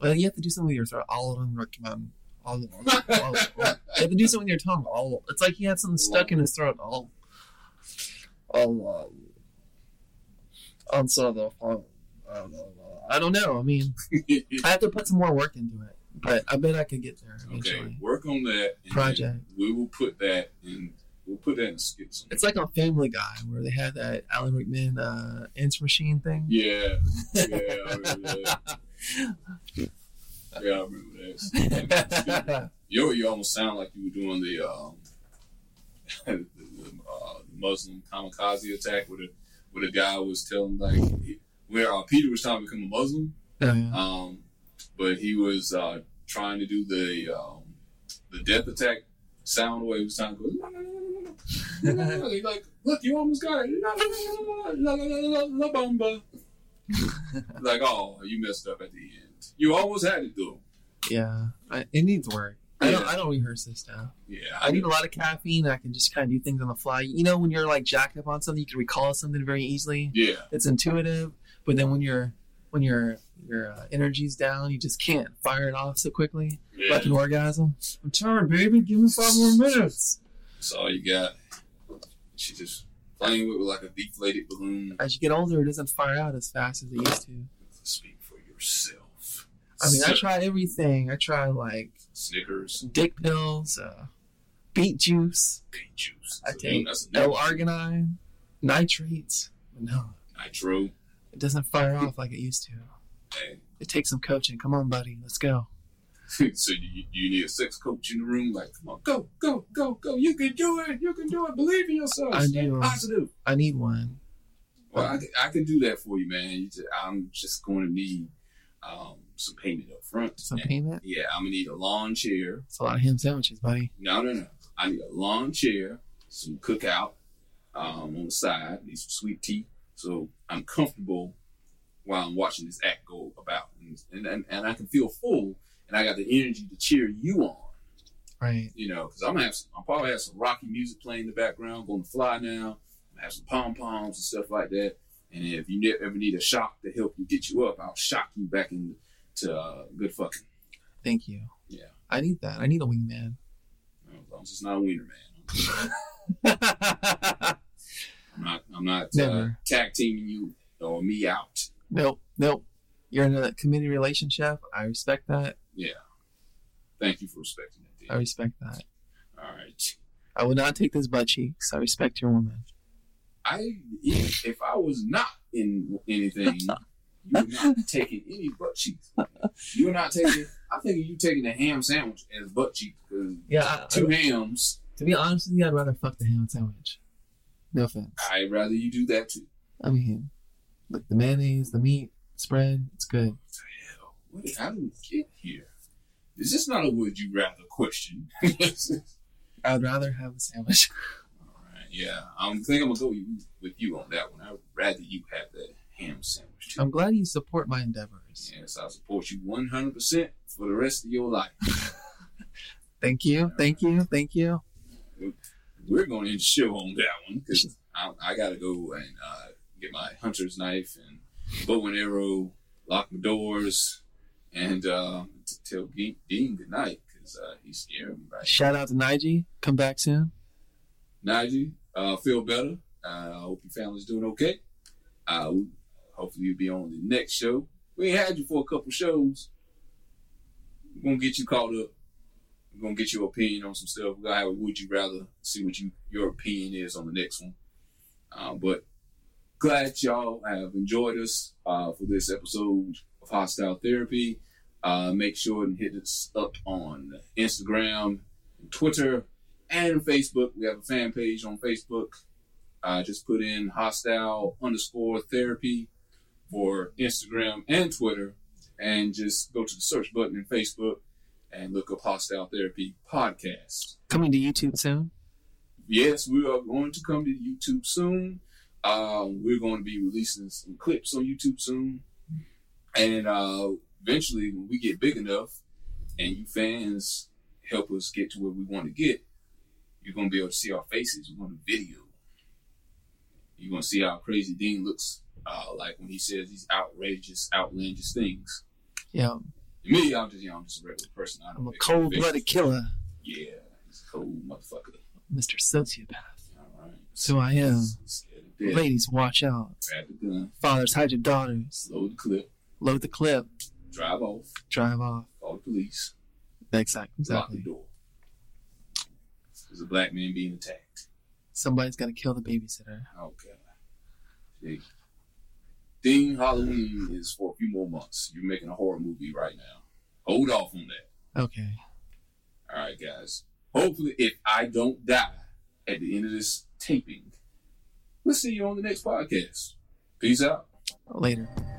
Speaker 3: Well, you have to do something with your throat. Alan Rickman. Alan Rickman. You have to do something with your tongue. All it's like he had something stuck in his throat. All, all, um, answer the phone. I don't know. I don't know. I mean, I have to put some more work into it, but I bet I could get there eventually.
Speaker 2: okay, work on that and
Speaker 3: Project.
Speaker 2: then We will put that in. We'll put that in skits.
Speaker 3: It's like on Family Guy where they had that Alan Rickman uh, answer machine thing.
Speaker 2: Yeah, yeah, I remember that. Yeah, I remember that. Yo, you almost sound like you were doing the um, the, the, uh, Muslim kamikaze attack, where the where the guy was telling like where uh, Peter was trying to become a Muslim,
Speaker 3: Oh, yeah.
Speaker 2: um, but he was uh, trying to do the um, the death attack sound where he was trying to go. He's like, look, you almost got it. La, la, la, la, la, bamba. like, oh, you messed up at the end. You almost had it though.
Speaker 3: yeah. I, it needs work. I don't.
Speaker 2: Yeah.
Speaker 3: I don't rehearse this stuff.
Speaker 2: Yeah,
Speaker 3: I need a lot of caffeine. I can just kind of do things on the fly. You know, when you're like jacked up on something, you can recall something very easily.
Speaker 2: yeah.
Speaker 3: It's intuitive, but then when you're when your your uh, energy's down, you just can't fire it off so quickly.
Speaker 2: Yeah,
Speaker 3: Like an orgasm. I'm tired, baby. Give me five more minutes.
Speaker 2: that's all you got. She just playing with it like a deflated balloon.
Speaker 3: As you get older, it doesn't fire out as fast as it used to.
Speaker 2: Speak for yourself.
Speaker 3: I mean, I
Speaker 2: Sn-
Speaker 3: tried everything. I tried like
Speaker 2: Snickers,
Speaker 3: dick pills, uh, beet juice,
Speaker 2: pink juice.
Speaker 3: I
Speaker 2: So,
Speaker 3: take
Speaker 2: that's a-
Speaker 3: L-arginine, nitrates. But no,
Speaker 2: Nitro.
Speaker 3: it doesn't fire off like it used to.
Speaker 2: Hey.
Speaker 3: It takes some coaching. Come on, buddy. Let's go.
Speaker 2: so you, you need a sex coach in the room, like, come on, go, go, go, go. You can do it. You can do it. Believe in yourself.
Speaker 3: I
Speaker 2: Stay
Speaker 3: do.
Speaker 2: Positive.
Speaker 3: I need one.
Speaker 2: Well, I, can- I can do that for you, man. You just, I'm just going to need um, some payment up front.
Speaker 3: Some
Speaker 2: And-
Speaker 3: payment.
Speaker 2: Yeah, I'm gonna need a lawn chair.
Speaker 3: It's a lot of ham sandwiches, buddy.
Speaker 2: No, no, no. I need a lawn chair, some cookout um, on the side, need some sweet tea, so I'm comfortable while I'm watching this act go about, and and, and, and I can feel full, and I got the energy to cheer you on,
Speaker 3: Right.
Speaker 2: you know, because I'm gonna have some, I'll probably have some rocky music playing in the background, going to fly now, I'm gonna have some pom poms and stuff like that, and if you ne- ever need a shock to help you get you up, I'll shock you back into uh, good fucking.
Speaker 3: Thank you.
Speaker 2: Yeah.
Speaker 3: I need that. I need a wingman.
Speaker 2: As long as it's not a wiener man. I'm not, I'm not uh,
Speaker 3: Never.
Speaker 2: tag teaming you or me out.
Speaker 3: nope. Nope. You're in a committed relationship. I respect that.
Speaker 2: Thank you for respecting that. dude.
Speaker 3: I respect that.
Speaker 2: All right.
Speaker 3: I will not take those butt cheeks. I respect your woman.
Speaker 2: I if I was not in anything, you're not taking any butt cheeks. You're not taking. I'm thinking you taking the ham sandwich as butt cheeks because
Speaker 3: Yeah. I,
Speaker 2: two hams.
Speaker 3: to be honest with you, I'd rather fuck the ham sandwich. No offense.
Speaker 2: I'd rather you do that too.
Speaker 3: I mean, Like the mayonnaise, the meat, spread, it's good.
Speaker 2: hell, what, how did we get here? Is this not a would you rather question? All right,
Speaker 3: I would rather have a sandwich.
Speaker 2: yeah, I'm think I'm gonna go you- with you on that one. I'd rather you have that ham sandwich. Too.
Speaker 3: I'm glad you support my endeavors.
Speaker 2: Yes, I support you 100 percent for the rest of your life.
Speaker 3: Thank you, thank you, thank you.
Speaker 2: We're going to end show on that one because I, I got to go and uh, get my hunter's knife and bow and arrow, lock my doors, and uh, t- tell Dean, Dean good night because uh, he's scaring me right
Speaker 3: Shout out to Nige. Come back soon.
Speaker 2: now. Najee, uh, feel better. Uh, I hope your family's doing okay. Uh, we- hopefully, you'll be on the next show. We ain't had you for a couple shows. We're going to get you caught up. We're going to get your opinion on some stuff. We're going to have a would you rather, see what you your opinion is on the next one. Uh, but glad y'all have enjoyed us uh, for this episode of Hostile Therapy. Uh, make sure and hit us up on Instagram, Twitter, and Facebook. We have a fan page on Facebook. Uh, just put in hostile underscore therapy for Instagram and Twitter, and just go to the search button in Facebook and look up Hostile Therapy Podcast.
Speaker 3: Coming to YouTube soon.
Speaker 2: Yes, we are going to come to YouTube soon. Uh, we're going to be releasing some clips on YouTube soon. And uh, eventually, when we get big enough and you fans help us get to where we want to get, you're going to be able to see our faces. We're going to video. You're going to see how crazy Dean looks uh, like when he says these outrageous, outlandish things.
Speaker 3: Yeah,
Speaker 2: Me, I'm just, you know, I'm just a regular person. I don't
Speaker 3: I'm a
Speaker 2: make
Speaker 3: cold blooded
Speaker 2: faces.
Speaker 3: killer,
Speaker 2: Yeah, he's a cold motherfucker.
Speaker 3: Mr. Sociopath.
Speaker 2: All right.
Speaker 3: So I am.
Speaker 2: Scared to death.
Speaker 3: Ladies, watch out.
Speaker 2: Grab the gun,
Speaker 3: Fathers, hide your daughters.
Speaker 2: load the clip,
Speaker 3: Load the clip.
Speaker 2: drive off,
Speaker 3: Drive off.
Speaker 2: call the police,
Speaker 3: Exactly.
Speaker 2: lock the
Speaker 3: Exactly.
Speaker 2: door. There's a black man being attacked.
Speaker 3: Somebody's got to kill the babysitter.
Speaker 2: Oh god. Hey. Thing Halloween is for a few more months. You're making a horror movie right now. Hold off on that.
Speaker 3: Okay.
Speaker 2: All right, guys. Hopefully, if I don't die at the end of this taping, we'll see you on the next podcast. Peace out.
Speaker 3: Later.